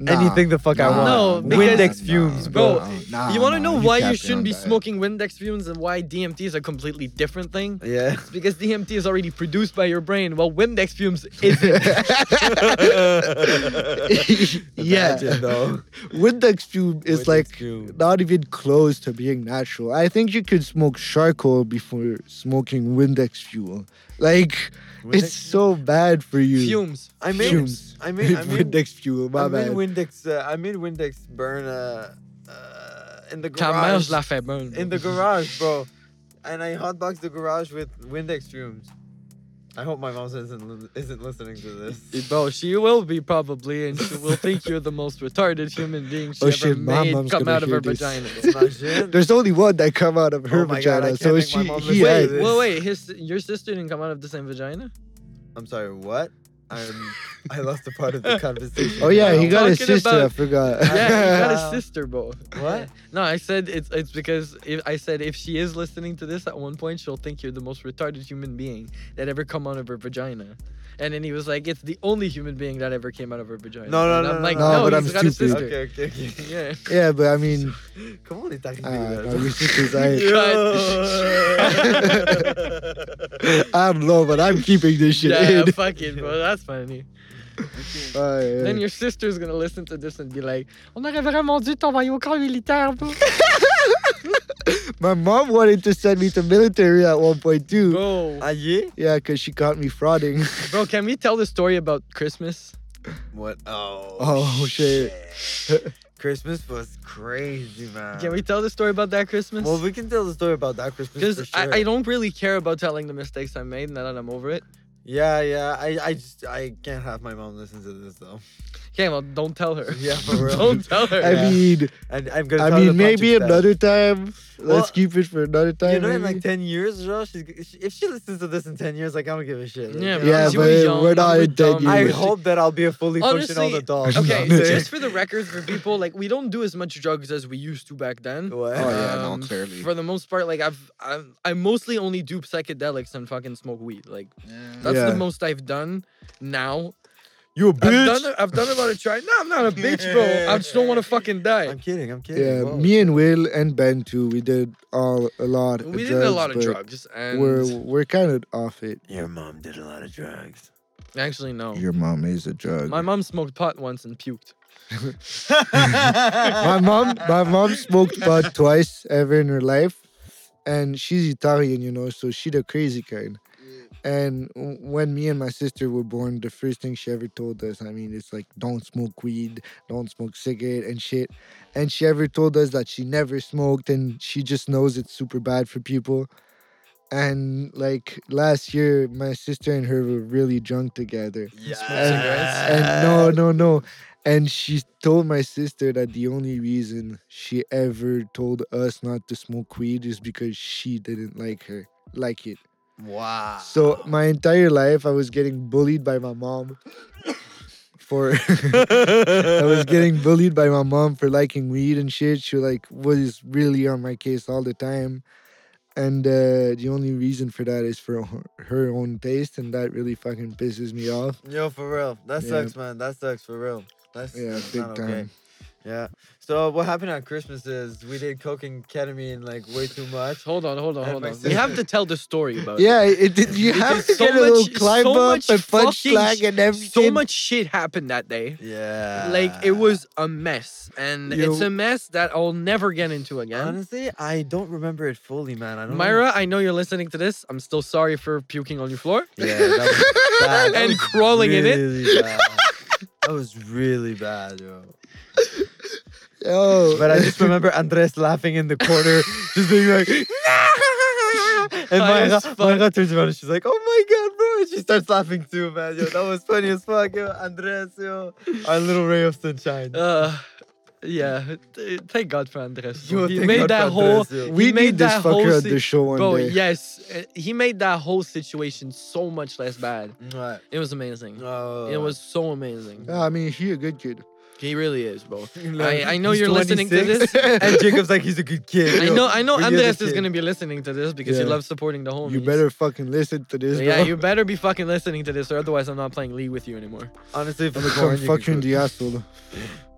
B: Nah,
C: anything the fuck I
B: nah,
C: want.
A: No,
C: Windex
A: because-
C: fumes,
A: bro.
B: nah, nah,
A: you want to
B: nah,
A: know why you
B: capping
A: shouldn't
B: on
A: be
B: that.
A: smoking Windex fumes and why DMT is a completely different thing?
C: Yeah.
A: It's because DMT is already produced by your brain, while Windex fumes isn't.
B: yeah,
C: Imagine, though.
B: Windex fume is
C: Windex
B: like
C: fume.
B: not even close to being natural. I think you could smoke charcoal before smoking Windex fuel. Like,
C: Windex-
B: it's so bad for you.
A: fumes.
C: I mean,
B: Fumes.
C: I mean, I mean,
B: Windex fuel, my
C: I mean
B: bad.
C: Windex. Uh, I mean Windex burn uh, uh, in the
A: Ta mère,
C: garage.
A: je la fais burn.
C: in the garage, bro. And I hotboxed the garage with Windex fumes. I hope my mom isn't li- isn't listening to this.
A: Bro, she will be probably, and she will think you're the most retarded human being she
B: Oh,
A: ever
B: shit, my
A: made
B: mom's
A: come
B: gonna
A: out of
B: hear
A: her
B: this.
A: vagina. bro.
C: Imagine.
B: There's only one that come out of her
C: Oh my God,
B: vagina,
C: I
B: so
C: can't make my
B: she,
C: mom
B: he
C: listen to
B: had-
C: this.
A: Well, wait, his, your sister didn't come out of the same vagina?
C: I'm sorry. What? I'm. I lost a part of the conversation.
B: Oh yeah, he
A: I'm
B: got his
A: talking
B: sister. I
A: about-
B: forgot.
A: Yeah, you got
C: Wow.
A: his sister, bro.
C: What?
A: No, I said it's it's because if, I said if she is listening to this at one point, she'll think you're the most retarded human being that ever come out of her vagina. And then he was like, "It's the only human being that ever came out of her vagina."
C: No, no,
A: And
C: no,
A: I'm
C: no,
A: like,
C: no,
A: no,
B: but
A: he's
B: I'm
A: got a
B: stupid.
A: sister.
C: Okay, okay, okay.
A: Yeah.
B: yeah, but I mean,
C: Comment on est arrivé
B: ah,
C: là?
B: no, your sister's alright.
C: Yo.
B: I'm low, but I'm keeping this shit
A: Yeah,
B: in.
A: fuck it, bro. That's funny.
B: Ah, yeah.
A: Then your sister's gonna listen to this and be like, "On aurait vraiment dû t'envoyer au camp militaire, bro."
B: My mom wanted to send me to military at one point too.
A: bro,
C: Aïe?
B: Yeah, cause she caught me frauding.
A: bro, can we tell the story about Christmas?
C: What? Oh.
B: Oh, shit.
C: Christmas was crazy, man.
A: Can we tell the story about that Christmas?
C: Well, we can tell the story about that Christmas.
A: Because
C: for sure.
A: I, I don't really care about telling the mistakes I made now that I'm over it.
C: Yeah, yeah. I, I just, I can't have my mom listen to this though.
A: Okay, well, don't tell her.
C: Yeah, for real.
A: don't tell her.
B: I
C: Yeah.
B: mean,
C: And I'm gonna.
B: I
C: tell the
B: mean, maybe
C: context that-
B: another time.
C: Well,
B: Let's keep it for another time.
C: You know, in like
B: maybe.
C: ten years, bro, she's, she, if she listens to this in ten years, like I don't give a shit. Like,
A: Yeah,
C: you
A: bro,
C: know?
B: Yeah,
A: she
B: but
A: was young,
B: we're not
A: we
B: in
A: dumb.
B: 10 years.
C: I hope that I'll be a fully functional
A: Honestly,
C: adult.
A: Okay,
C: you know?
A: just for the record, for people, like, we don't do as much drugs as we used to back then.
C: What?
B: Oh, yeah, no,
A: Um,
B: clearly.
A: For the most part, like, I've, I've, I mostly only do psychedelics and fucking smoke weed. Like, that's
B: Yeah.
A: the most I've done now.
C: You a
A: I've
C: bitch.
A: done, it- I've done about it try. No, I'm not a bitch, bro. I just don't want to fucking die.
C: I'm kidding. I'm kidding.
B: Yeah,
C: Wow.
B: me and Will and Ben too. We did all a lot. of
A: We did
B: drugs,
A: a lot of
B: but
A: drugs, and
B: We're we're kind of off it.
C: Your mom did a lot of drugs.
A: actually no.
B: Your mom is a drug.
A: Oh. My mom smoked pot once and puked.
B: my mom, my mom smoked pot twice ever in her life, and she's Italian, you know, so she the crazy kind. And w- when me and my sister were born, the first thing she ever told us, I mean, it's like don't smoke weed, don't smoke cigarette and shit. And she ever told us that she never smoked, and she just knows it's super bad for people. And like last year, my sister and her were really drunk together. And,
A: cigarettes?
B: and no, no, no. And she told my sister that the only reason she ever told us not to smoke weed is because she didn't like her, like it.
C: Wow.
B: So my entire life, I was getting bullied by my mom. For I was getting bullied by my mom for liking weed and shit. She like was really on my case all the time. And uh, the only reason for that is for her- her own taste, and that really fucking pisses me off.
C: Yo, for real. That
B: Yeah.
C: sucks, man. That sucks for real. That's,
B: Yeah,
C: that's
B: big
C: not
B: time.
C: okay. Yeah. So what happened at Christmas is we did coke and ketamine like way too much.
A: Hold on, hold on,
C: And
A: hold
C: my
A: on. We have to tell the story about it.
B: Yeah, it, it, you
A: Because
B: have to
A: so
B: get a little
A: much-
B: climb
A: so
B: up,
A: much
B: a
A: fucking
B: punchline, and everything.
A: So much shit happened that day.
C: Yeah.
A: Like it was a mess, and
B: Yo.
A: it's a mess that I'll never get into again.
C: Honestly, I don't remember it fully, man. I don't.
A: Myra, I know you're listening to this. I'm still sorry for puking on your floor.
C: Yeah. That was bad. That
A: And
C: was
A: crawling in it.
C: really bad. That was really bad, yo.
B: Oh,
C: But I just remember Andres laughing in the corner, just being like, and
A: That
C: Myra,
A: was fun.
C: Myra turns around and she's like, oh my god, bro. And she starts laughing too, man. Yo, that was funny as fuck, yo. Andres, yo. Our little ray of sunshine.
A: Uh, yeah. th- Thank God for Andres. bro.
C: Yo,
A: he
C: thank
A: made
C: God
A: that
C: for
A: whole.
C: Andres, yo.
A: he
B: we
A: made
B: need this
A: that whole
B: fucker at
A: si-
B: the show one
A: Bro,
B: day.
A: yes, uh, he made that whole situation so much less bad.
C: Right.
A: It was amazing.
C: Oh.
A: It was so amazing.
B: uh, Yeah, Ah, I mean, he a good kid.
A: He really is, bro.
C: Like,
A: I know
C: he's
A: you're listening to
C: 26, and Jacob's like, he's a good kid.
A: I
C: yo.
A: know, I know,
C: When you're
A: Andres
C: the
A: is
C: kid.
A: gonna be listening to this because he
B: Yeah.
A: loves supporting the homies.
B: You better fucking listen to this,
A: Yeah,
B: bro.
A: you better be fucking listening to this, or otherwise I'm not playing League with you anymore.
C: Honestly, from
B: I'm
C: the
B: gonna come
C: corner,
B: fuck you in the asshole.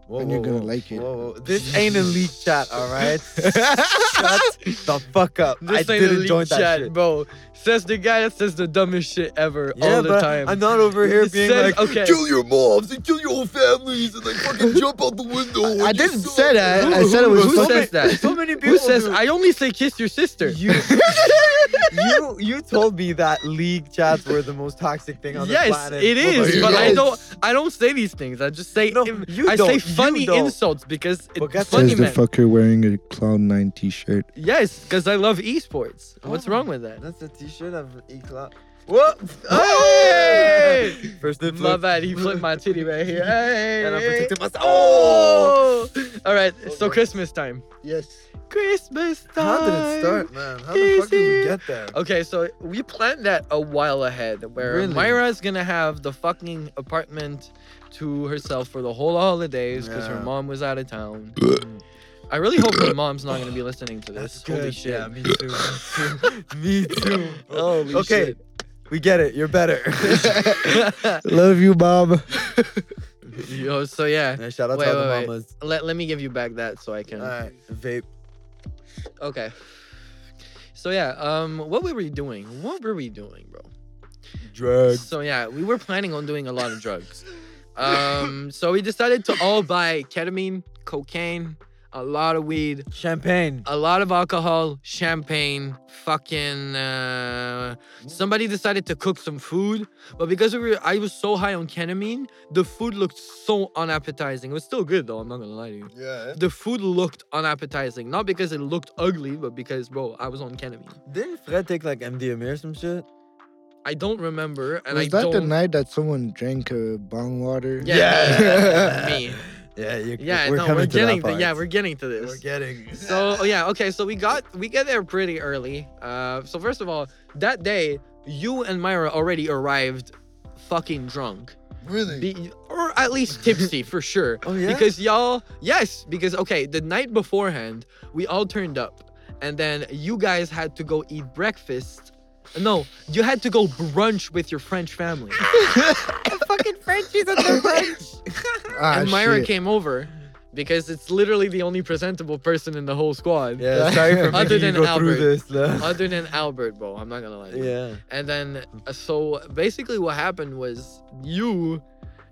C: Whoa,
B: and
C: whoa,
B: you're gonna
C: whoa,
B: like it.
C: Whoa, whoa. This ain't a leak chat, all right? Shut the fuck up. I
A: This ain't a
C: didn't
A: league
C: join that
A: chat,
C: shit.
A: bro. Says the guy that says the dumbest shit ever all the
C: but
A: time.
C: I'm not over here
A: It
C: being
A: says-
C: like,
A: okay.
C: kill your moms and kill your whole families and like fucking jump out the window. when
B: I
C: you
B: didn't
C: saw
B: say that.
C: it."
B: I said it was
A: Who
B: fucking-
A: says that?
C: So many people.
A: Who says
C: do.
A: I only say kiss your sister?
C: You, you, you told me that league chats were the most toxic thing on the
A: Yes,
C: planet. Oh
A: it is,
B: you
A: but I
B: guys-
A: don't. I don't say these things. I just say.
C: No,
A: im-
C: you
A: I
C: don't.
A: say
C: You
A: funny
C: don't.
A: insults because
C: But
A: it's
C: guess
A: funny,
B: Says the
A: man.
B: fucker wearing a Cloud Nine T-shirt.
A: yes, because I love esports. What's
C: Oh.
A: wrong with that?
C: That's a t-shirt of E E-Cloud. What?
A: Hey!
C: First name
A: My bad, he flipped my titty right here. Hey,
C: And I
A: hey.
C: protected myself. Oh!
A: Oh! All right, so
C: Okay.
A: Christmas time.
B: Yes.
A: Christmas time.
C: How did it start, man? How the fuck did we get there?
A: Okay, so we planned that a while ahead, where
C: Really?
A: Myra's gonna have the fucking apartment to herself for the whole holidays because her
C: Yeah.
A: mom was out of town. I really hope my mom's not gonna be listening to this. Holy shit.
C: Yeah, me too. Me too. me too.
A: Holy
C: okay,
A: shit.
C: we get it. You're better.
B: Love you, Bob.
A: Yo, so yeah,
C: Yeah, shout out
A: Wait,
C: to all
A: wait,
C: the
A: wait.
C: mamas.
A: let, let me give you back that so I can.
C: Alright, vape.
A: Okay. So yeah, um, what were we doing? What were we doing, bro?
C: Drugs.
A: So yeah, we were planning on doing a lot of drugs. Um, so we decided to all buy ketamine, cocaine, a lot of weed,
C: Champagne.
A: a lot of alcohol, champagne, fucking. Uh, somebody decided to cook some food, but because we were, I was so high on ketamine, the food looked so unappetizing. It was still good though. I'm not gonna lie to you.
C: Yeah.
A: The food looked unappetizing, not because it looked ugly, but because bro, I was on ketamine.
C: Didn't Fred take like MDMA or some shit?
A: I don't remember, and
B: was
A: I
B: that
A: don't.
B: the night that someone drank a bong water?
A: Yeah,
C: Yeah.
A: me.
C: Yeah, you're,
A: Yeah,
C: we're
A: no,
C: coming
A: we're
C: to
A: getting.
C: that
A: To, yeah,
C: part.
A: we're getting to
C: We're
A: this.
C: getting.
A: so oh, yeah, okay. So we got we get there pretty early. Uh, so first of all, that day you and Myra already arrived, fucking drunk,
C: really.
A: Be, or at least tipsy for sure.
C: oh yeah.
A: Because y'all, yes, because okay, the night beforehand we all turned up, and then you guys had to go eat breakfast. No, you had to go brunch with your French family.
C: the fuck fucking Frenchies at the French.
B: Ah,
A: and Myra
B: shit.
A: came over because it's literally the only presentable person in the whole squad.
C: yeah, sorry for
A: Other
C: making you
A: than
C: go through
A: Albert.
C: this, là.
A: Other than Albert, bro, I'm not gonna lie.
C: Yeah.
A: And then, uh, so basically, what happened was you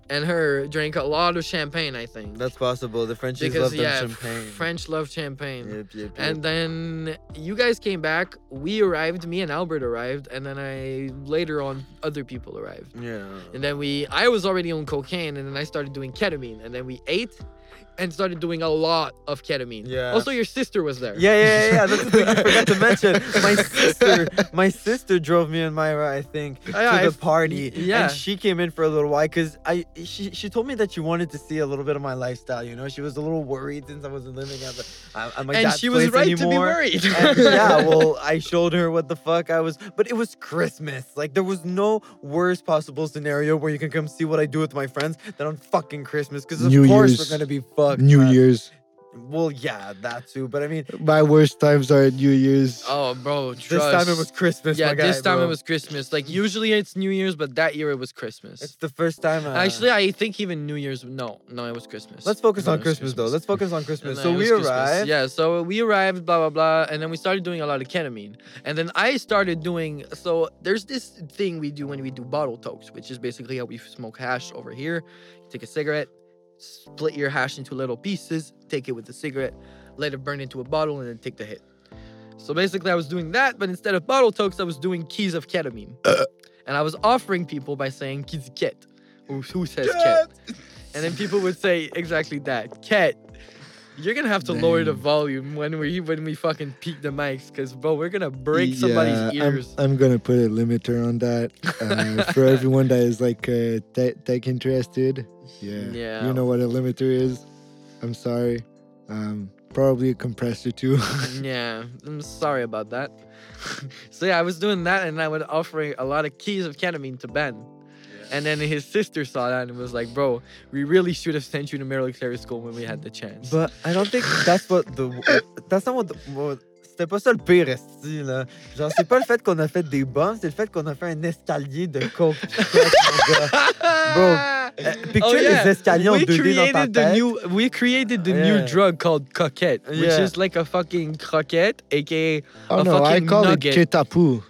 A: and her drank a lot of champagne, I think.
C: That's possible. The Frenchies
A: because,
C: love
A: yeah,
C: them champagne.
A: French love champagne.
C: Yep, yep, yep.
A: And then you guys came back. We arrived. Me and Albert arrived, and then I later on other people arrived.
C: yeah.
A: And then we, I was already on cocaine, and then I started doing ketamine, and then we ate, and started doing a lot of ketamine.
C: Yeah.
A: Also, your sister was there.
C: Yeah, yeah, yeah, yeah. That's the thing I forgot to mention. My sister, my sister drove me and Myra, I think,
A: Oh, yeah,
C: to
A: I-
C: the party.
A: y- yeah.
C: And she came in for a little while because I she she told me that she wanted to see a little bit of my lifestyle. You know, she was a little worried since I wasn't living at the at at my
A: And
C: dad's
A: she was
C: place
A: right to
C: anymore.
A: be
C: And
A: worried.
C: yeah, well, I showed her what the fuck I was, but it was Christmas. Like, there was no worst possible scenario where you can come see what I do with my friends than on fucking Christmas. Because of
B: New
C: course
B: Year's.
C: we're gonna be fucked.
B: New
C: man.
B: Year's.
C: Well, yeah, that too. But I mean,
B: My worst times are New Year's.
A: Oh, bro, trust.
C: This time it was Christmas.
A: yeah,
C: my guy,
A: this time
C: bro.
A: it was Christmas. Like usually it's New Year's, but that year it was Christmas.
C: It's the first time. Uh,
A: Actually, I think even New Year's. No, no, it was Christmas.
C: let's focus
A: No, it
C: on
A: was
C: Christmas, though. Let's focus on Christmas.
A: No,
C: so
A: it was
C: we
A: Christmas.
C: arrived.
A: Yeah, so we arrived, blah blah blah, and then we started doing a lot of ketamine, and then I started doing. So there's this thing we do when we do bottle tokes, which is basically how we smoke hash over here. Take a cigarette, split your hash into little pieces, take it with the cigarette, let it burn into a bottle, and then take the hit. So basically, I was doing that, but instead of bottle tokes, I was doing keys of ketamine, and I was offering people by saying keys ket, who, who says ket. And then people would say exactly that. Ket, you're gonna have to lower the
B: Dang.
A: volume when we when we fucking peak the mics, cause bro, we're gonna break somebody's
B: Yeah, I'm-
A: ears.
B: I'm, gonna put a limiter on that uh, for everyone that is like uh, tech, tech interested. Yeah,
A: Yeah.
B: you know what a limiter is. I'm sorry. Um, probably a compressor too.
A: yeah, I'm sorry about that. so yeah, I was doing that, and I was offering a lot of keys of ketamine to Ben. And then his sister saw that and was like, "Bro, we really should have sent you to military school when we had the chance."
C: But I don't think that's what the. That's not what. The, what c'était pas ça le pire esti là. Genre c'est pas le fait qu'on a fait des bombes, c'est le fait qu'on a fait un escalier de coke. mon gars. Euh, Picture
A: Oh, yeah.
C: les escaliers en
A: we
C: 2D dans ta
A: created the
C: tête. Oh,
A: new we created the
C: Yeah.
A: new drug called coquette, which
C: Yeah.
A: is like a fucking croquette, aka
B: oh
A: A
B: no, I
A: fucking
B: call
A: nugget.
B: it ketapu.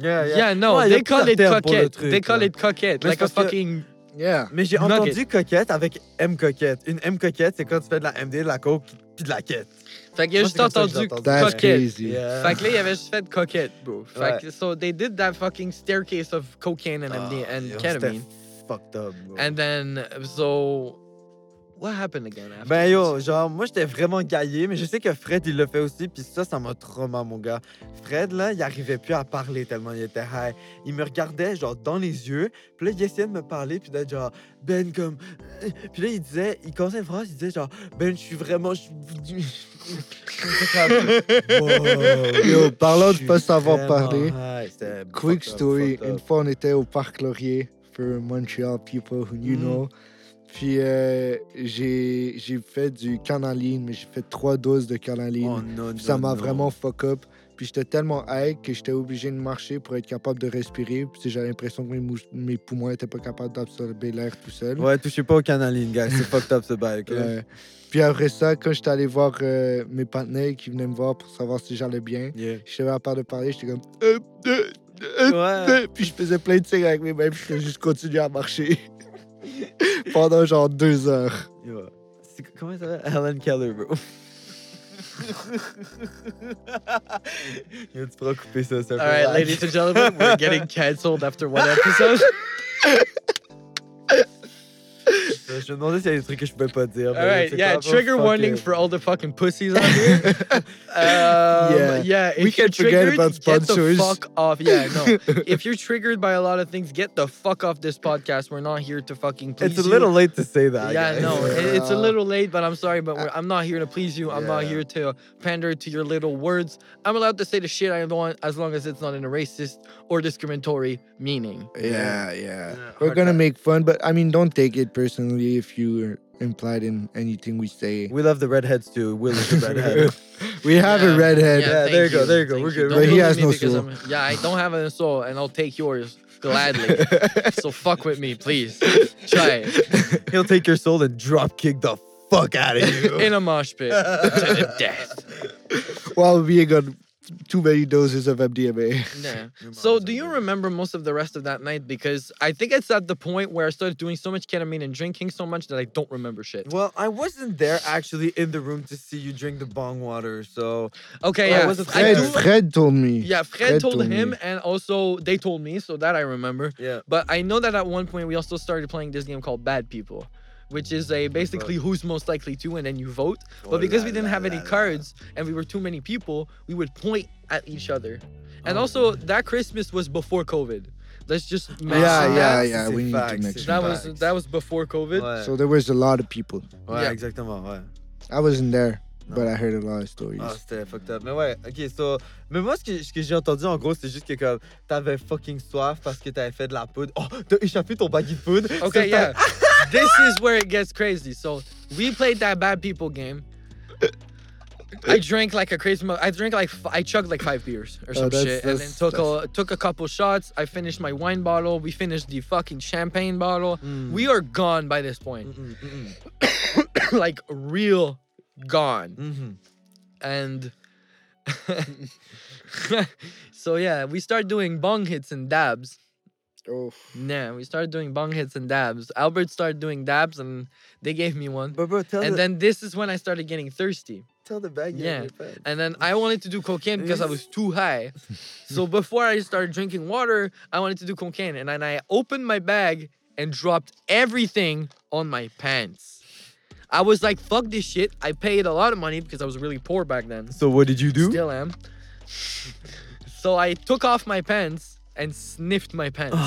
C: Yeah,
A: yeah,
C: yeah.
A: no,
C: Ouais, il y a
A: they
C: plus
A: call it
C: d'artères pour le
A: coquette.
C: truc,
A: they call
C: là.
A: it coquette,
C: Mais
A: like
C: c'est
A: a
C: parce que-
A: fucking
B: Yeah.
C: Mais j'ai
A: Nugget.
C: entendu coquette avec M coquette. Une M coquette, c'est quand tu fais de la MD, de la coke, puis de la quête.
A: Fait que j'ai
C: Moi,
A: juste
C: c'est comme ça que j'ai
A: entendu
C: entendu.
B: That's
A: coquette.
B: crazy.
C: Yeah.
A: Fait que là, il avait juste fait coquette, bro. Fait
C: Ouais.
A: que- so they did that fucking staircase of cocaine and MD
C: Ah,
A: and
C: yo,
A: ketamine.
C: c'était Fucked up. bro.
A: And then, so, what happened again after
C: Ben yo, genre, moi j'étais vraiment gaillé, mais je sais que Fred il l'a fait aussi, puis ça, ça m'a trauma, mon gars. Fred, là, il arrivait plus à parler tellement il était high. Il me regardait, genre, dans les yeux, puis là, il essayait de me parler, puis d'être genre, Ben, comme. euh, Puis là, il disait, il commençait une phrase, il disait genre, Ben, je suis vraiment. je suis- Wow.
B: Yo, parlant de
C: Je
B: pas
C: suis
B: savoir
C: vraiment
B: parler,
C: high. C'était
B: Quick
C: fucked up,
B: story.
C: fucked
B: Une
C: up.
B: fois, on était au Parc Laurier for Montreal people who you
C: Mm.
B: know. Puis euh, j'ai j'ai fait du canaline, mais j'ai fait trois doses de canaline.
C: Oh, non,
B: Puis ça
C: non,
B: m'a
C: non.
B: vraiment fuck up. Puis j'étais tellement high que j'étais obligé de marcher pour être capable de respirer. Puis j'avais l'impression que mes, mous- mes poumons étaient pas capables d'absorber l'air tout seul.
C: Ouais, touchez pas au canaline, gars, c'est fucked up ce bail, ok?
B: Euh, puis après ça, quand j'étais allé voir euh, mes partenaires qui venaient me voir pour savoir si j'allais bien,
C: Yeah.
B: je savais à part de parler, j'étais comme... Euh, euh, euh,
C: Ouais.
B: Puis je faisais plein de tirs avec mes mains, puis je juste continué à marcher pendant genre deux heures.
C: Yo, c'est- Comment ça s'appelle? Alan Keller, bro. Yo, tu pourras couper ça, ça
A: All right, ladies and gentlemen, we're getting canceled after one episode.
C: Je me demandais s'il y a des trucs que je pouvais pas dire. mais
A: All right,
C: c'est
A: yeah,
C: quoi, bro?
A: trigger
C: Fuck
A: warning
C: it.
A: for all the fucking pussies out here. Um,
B: Yeah.
A: yeah. yeah,
B: We
A: if you're
B: can forget
A: triggered,
B: about sponsors.
A: Get the fuck off. Yeah, no. if you're triggered by a lot of things, get the fuck off this podcast. We're not here to fucking please
C: It's a
A: you.
C: little late to say that.
A: Yeah,
C: guys.
A: no, it- it's a
B: Yeah.
A: little late, but I'm sorry, but we're, I'm not here to please you. I'm not
C: Yeah.
A: here to pander to your little words. I'm allowed to say the shit I want as long as it's not in a racist or discriminatory meaning.
B: Yeah, yeah.
C: Yeah,
B: We're
C: hard
B: gonna
C: pass.
B: make fun, but I mean, don't take it personally if you are implied in anything we say.
C: We love the redheads too. Will is the redhead.
B: We have
A: Yeah.
B: a redhead.
C: Yeah,
A: thank
C: there you go, there you go,
A: thank
C: we're good,
A: Don't
B: we're
A: look
B: good. He
A: at
B: has
A: me
B: no
A: because
B: soul.
A: I'm- Yeah, I don't have a soul, and I'll take yours gladly. so fuck with me, please. Try it.
C: He'll take your soul and drop kick the fuck out of you.
A: In a mosh pit. to the death.
B: While being on too many doses of MDMA.
A: Nah. So, do you remember most of the rest of that night? Because I think it's at the point where I started doing so much ketamine and drinking so much that I don't remember shit.
C: Well, I wasn't there actually in the room to see you drink the bong water, so
A: Okay,
C: Well,
A: yeah.
C: was it
A: I
B: Fred,
A: do,
C: Fred?
B: Fred told me.
A: yeah, Fred,
B: Fred
A: told,
B: told
A: him,
B: me.
A: and also they told me, so that I remember.
C: yeah.
A: But I know that at one point we also started playing this game called Bad People, which is a basically who's most likely to, and then you vote.
B: Oh,
A: But because we didn't have any cards and we were too many people, we would point at each other. And
C: Oh.
A: also, that Christmas was before COVID. Let's just mention
B: Yeah,
A: that.
B: yeah,
C: Facts,
B: yeah.
C: c'est
B: We need
C: facts,
B: to
C: c'est
B: mention
A: That
B: that.
A: was
C: Facts.
A: that was before COVID.
C: Ouais,
B: So there was a lot of people.
C: ouais,
A: yeah.
C: exactement, ouais.
B: I wasn't there,
C: No.
B: but I heard a lot of stories.
C: Ah, c'était fucked up. Mais ouais, ok, so. Mais moi, ce que, ce que j'ai entendu, en gros, c'est juste que comme t'avais fucking soif parce que t'avais fait de la poudre. Oh, t'as échappé ton baggy de poudre.
A: Okay,
C: C'est un-
A: yeah. this is where it gets crazy. So we played that bad people game. I drank like a crazy. Mo- I drank like f- I chugged like five beers or some
B: Oh, that's-
A: shit, and then
B: that's-
A: took a took a couple shots. I finished my wine bottle. We finished the fucking champagne bottle.
C: Mm.
A: We are gone by this point,
C: Mm, mm,
A: like real gone.
C: mm, mm.
A: and so yeah, we start doing bong hits and dabs. Uh,
B: Oh.
A: Nah, we started doing bong hits and dabs. Albert started doing dabs, and they gave me one.
C: But bro, tell
A: And
C: the,
A: then this is when I started getting thirsty.
C: tell the baggy.
A: Yeah. And then I wanted to do cocaine because I was too high. So before I started drinking water, I wanted to do cocaine. And then I opened my bag and dropped everything on my pants. I was like, fuck this shit. I paid a lot of money because I was really poor back then.
C: So what did you do?
A: Still am. so I took off my pants and sniffed my pants.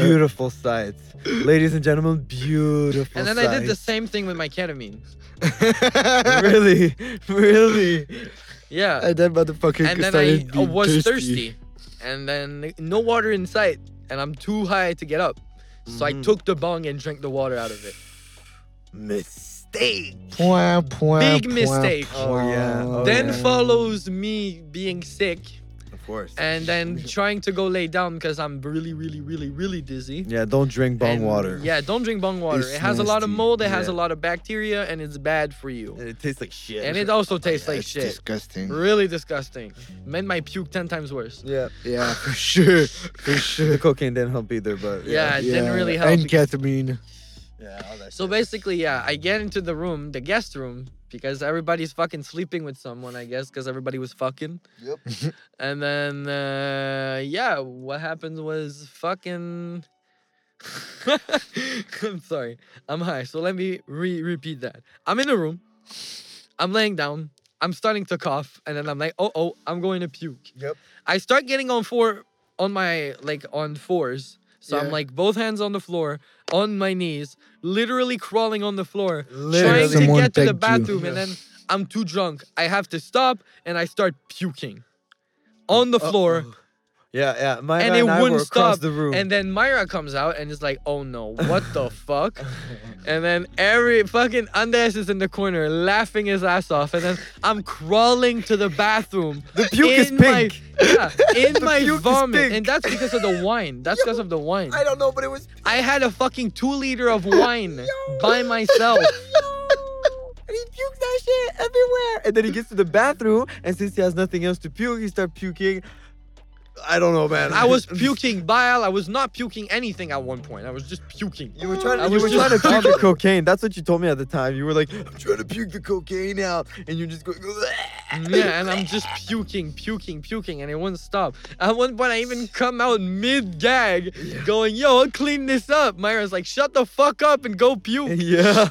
C: beautiful sight. Ladies and gentlemen, beautiful
A: and then I did the same thing with my ketamine.
C: this. really? Really?
A: Yeah.
B: And then motherfucker
A: And then I
B: started
A: uh,
B: being
A: was thirsty. And then no water in sight. And I'm too high to get up. So I
C: Mhm.
A: took the bong and drank the water out of it.
C: Mistake.
B: Point, point,
A: Big
B: point,
A: mistake.
C: Oh, yeah. Oh,
A: then
C: yeah.
A: follows me being sick
C: Of course.
A: and then trying to go lay down because I'm really, really, really, really dizzy.
C: yeah, don't drink bong
A: And,
C: water.
A: Yeah, don't drink bong water.
B: It's
A: it has a lot of
B: nasty.
A: mold, it has
C: Yeah.
A: a lot of bacteria, and it's bad for you.
C: And it tastes like shit.
A: And it also tastes like
B: It's
A: shit.
B: disgusting.
A: Really disgusting. Made my puke 10 times worse.
C: yeah.
B: Yeah, for sure. For
C: The
B: sure.
C: cocaine didn't help either, but
A: Yeah, it didn't really help.
B: And ketamine.
C: Yeah, all that
A: So basically, yeah, I get into the room, the guest room, because everybody's fucking sleeping with someone, I guess, because everybody was fucking.
C: Yep.
A: And then, uh, yeah, what happened was fucking. I'm sorry, I'm high. So let me re repeat that. I'm in a room, I'm laying down, I'm starting to cough, and then I'm like, oh, oh, I'm going to puke.
C: Yep.
A: I start getting on four, on my, like, on fours. So I'm
B: Yeah.
A: like, both hands on the floor, on my knees, literally crawling on the floor,
C: Literally.
A: trying to
B: Someone
A: get to the
B: pegged you.
A: bathroom, and then I'm too drunk. I have to stop, and I start puking on the floor.
C: Yeah, yeah. My
A: And
C: man
A: it
C: I
A: wouldn't
C: were across
A: stop,
C: The room.
A: And then Myra comes out and is like, "Oh no, what the fuck?" And then every fucking Andres is in the corner laughing his ass off, and then I'm crawling to the bathroom.
C: the puke is
A: in my-
C: pink.
A: Yeah, in my
C: puke is
A: vomit,
C: pink.
A: and that's because of the wine. That's because of the wine.
C: I don't know, but it was.
A: I had a fucking two liter of wine by myself.
C: And he pukes that shit everywhere. And then he gets to the bathroom, and since he has nothing else to puke, he starts puking. I don't know, man.
A: I was puking bile. I was not puking anything at one point. I was just puking.
C: You were trying.
A: I
C: To, you
A: was
C: were
A: just-
C: trying to puke the cocaine. That's what you told me at the time. You were like, "I'm trying to puke the cocaine out," and you're just going.
A: Yeah, and I'm just puking, puking, puking, and it wouldn't stop. At one point, I even come out mid gag, going, "Yo, I'll clean this up." Myra's like, "Shut the fuck up and go puke."
C: yeah.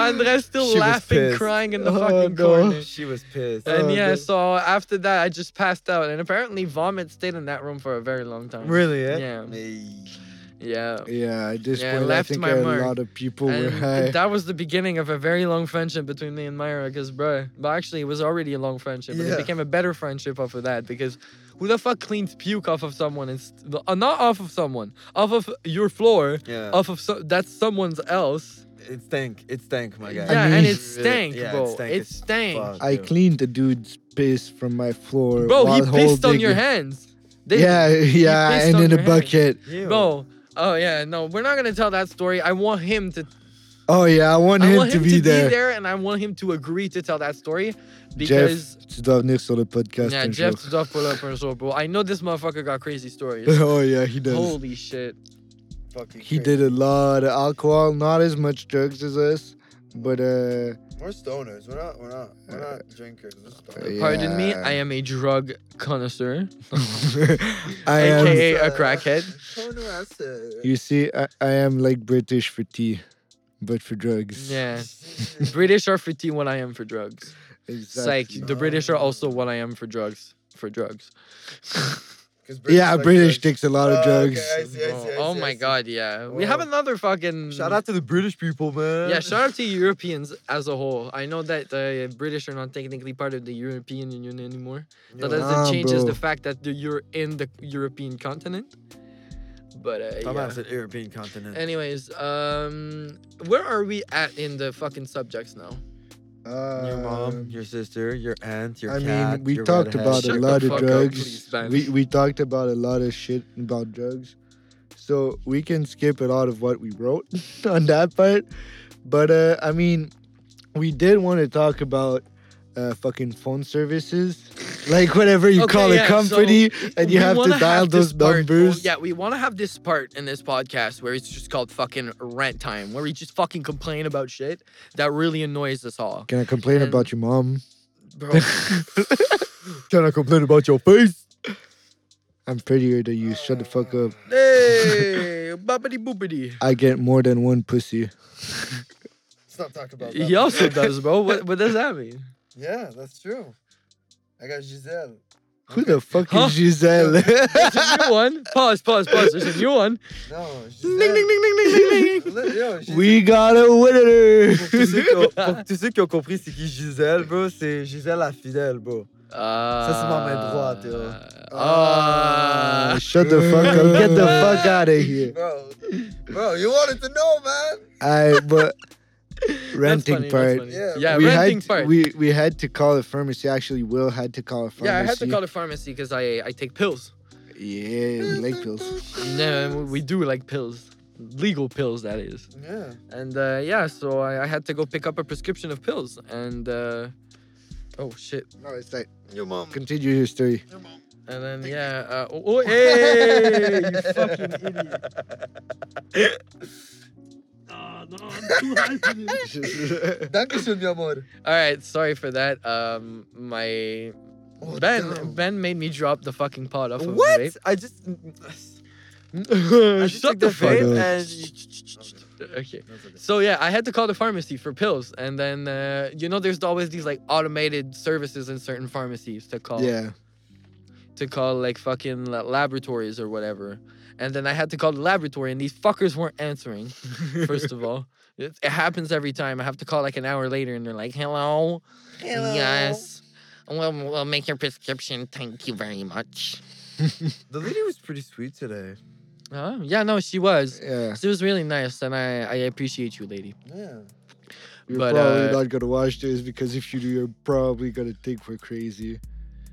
A: Andres still
C: She was
A: laughing,
C: pissed.
A: crying in the
B: Oh,
A: fucking
B: no.
A: corner.
C: she was pissed. Uh,
A: And
B: Oh,
A: yeah,
B: no.
A: so after that, I just passed out, and apparently, vomit stayed in that room for a very long time.
C: Really? Eh?
A: Yeah. Yeah.
B: Yeah, at this
A: Yeah,
B: point, I
A: left
B: think
A: my
B: a
A: mark.
B: lot of people were
A: And
B: high.
A: that was the beginning of a very long friendship between me and Myra, because bro, but actually it was already a long friendship, but
C: Yeah.
A: it became a better friendship off of that. Because who the fuck cleans puke off of someone and st- uh, not off of someone, off of your floor,
C: Yeah.
A: off of so- that's someone's else,
C: it stank. It stank, my guy.
A: Yeah,
B: I
A: and
B: mean-
A: it stank,
C: Yeah, it
A: bro.
C: stank
A: It
C: as
A: stank.
C: fuck.
B: I
C: Dude.
B: cleaned the dude's piss from my floor.
A: Bro,
B: while
A: he pissed on
B: holding
A: your
B: it.
A: hands. They-
B: yeah, yeah,
A: pissed
B: and
A: on
B: in a
A: your hand.
B: bucket.
C: Ew.
A: Bro. Oh yeah, no, we're not gonna tell that story. I want him to.
B: Oh yeah, I want
A: I
B: him
A: want
B: to
A: him
B: be there.
A: and I want him to agree to tell that story because
B: Tu dois venir sur le podcast.
A: yeah,
B: un
A: Jeff,
B: jour.
A: tu dois pull up un jour, bro. I know this motherfucker got crazy stories.
B: oh yeah, he does.
A: Holy shit.
C: Fucking
B: He
C: crazy.
B: did a lot of alcohol, not as much drugs as us, but uh,
C: We're stoners. We're not. We're not. We're not drinkers. We're stoners.
B: yeah.
A: Pardon me, I am a drug connoisseur,
B: I am.
A: aka a crackhead.
C: Stoner, I said.
B: You see, I, I am like British for tea, but for drugs.
A: Yeah, British are for tea what I am for drugs. Psych.
B: Exactly.
A: The British are also what I am for drugs. For drugs.
C: 'Cause British
B: Yeah,
C: like
B: British
C: drugs.
B: takes a lot
C: Oh,
B: of drugs.
C: okay, I see, I see, I see,
A: oh
C: I
A: my
C: see.
A: god, yeah. We have
C: Well,
A: another fucking
C: Oh. Shout out to the British people, man.
A: Yeah, shout out to Europeans as a whole. I know that the British are not technically part of the European Union anymore.
C: Yo,
A: That doesn't
B: Ah,
A: change
B: bro.
A: the fact that the- you're in the European continent. But uh,
C: I'm
A: yeah.
C: out to the European continent.
A: Anyways, um, where are we at in the fucking subjects now?
C: your mom,
B: Um,
C: your sister, your aunt, your
B: I
C: cat,
B: mean, we
C: your
B: talked
C: redhead.
B: about
A: Shut
B: a
A: the
B: lot
A: fuck
B: of
A: up,
B: drugs.
A: please, Ben.
B: we we talked about a lot of shit about drugs, so we can skip a lot of what we wrote on that part. But uh, I mean, we did want to talk about uh, fucking phone services, like whatever you
A: Okay,
B: call a
A: yeah, so
B: company, and you
A: We
B: have to
A: wanna
B: dial
A: this
B: those
A: part-
B: numbers.
A: yeah, we want to have this part in this podcast where it's just called fucking rent time, where we just fucking complain about shit that really annoys us all.
B: Can I complain
A: And-
B: about your mom?
A: Bro,
B: Can I complain about your face? I'm prettier than you. Shut the fuck up.
A: hey, boppity boopity.
B: I get more than one pussy.
C: Let's not talk about that.
A: He also does, bro. What, what does that mean?
C: Yeah, that's true. I got Giselle.
B: Who the fuck
A: Huh?
B: is Giselle?
A: There's a new one. Pause, pause, pause. There's a new one.
C: No,
A: Ding, ding,
C: Giselle.
A: ding, ding, ding, ding, ding.
C: Li- yo, Giselle.
B: we got a winner!
C: Pour tous, ceux qui ont, pour tous ceux qui ont compris c'est qui Gisèle, bro, c'est Gisèle la fidèle, bro.
A: Ça,
C: c'est ma main droite, yo.
A: Ah.
B: Uh, Shut the fuck up. Get the fuck out of here.
C: Bro, bro, you wanted to know, man.
B: I but renting
A: That's funny,
B: part.
A: that's funny.
C: Yeah.
A: Yeah,
B: we
A: renting
B: had
A: part.
B: we we had to call a pharmacy. Actually, Will had to call a pharmacy.
A: yeah, I had to call a pharmacy because I, I take pills.
B: Yeah, we like pills.
A: No, we do like pills. Legal pills, that is.
C: Yeah.
A: And uh, yeah, so I, I had to go pick up a prescription of pills. And uh, oh, shit.
B: No, it's like
C: Your mom.
B: continue your story.
C: Your mom.
A: And then, yeah. Uh, oh, oh, hey! You fucking idiot.
C: Danke schön, mi amor.
A: All right, sorry for that. Um, my
C: Oh,
A: Ben
C: damn.
A: Ben made me drop the fucking pot off of
C: What?
A: the vape.
C: I just. I
A: What? Shut
C: just took
A: the
B: fuck
A: fuck
B: up.
A: up. Okay. So yeah, I had to call the pharmacy for pills, and then uh, you know there's always these like automated services in certain pharmacies to call
B: Yeah.
A: to call like fucking la- laboratories or whatever. And then I had to call the laboratory, and these fuckers weren't answering. First of all, it, it happens every time. I have to call like an hour later, and they're like, "Hello, yes, we'll, we'll make your prescription. Thank you very much."
C: The lady was pretty sweet today.
A: Huh? Uh, yeah, no, she was.
B: Yeah.
A: She was really nice, and I, I appreciate you, lady.
C: Yeah.
B: You're
A: But,
B: probably
A: uh,
B: not gonna watch this because if you do, you're probably gonna think we're crazy.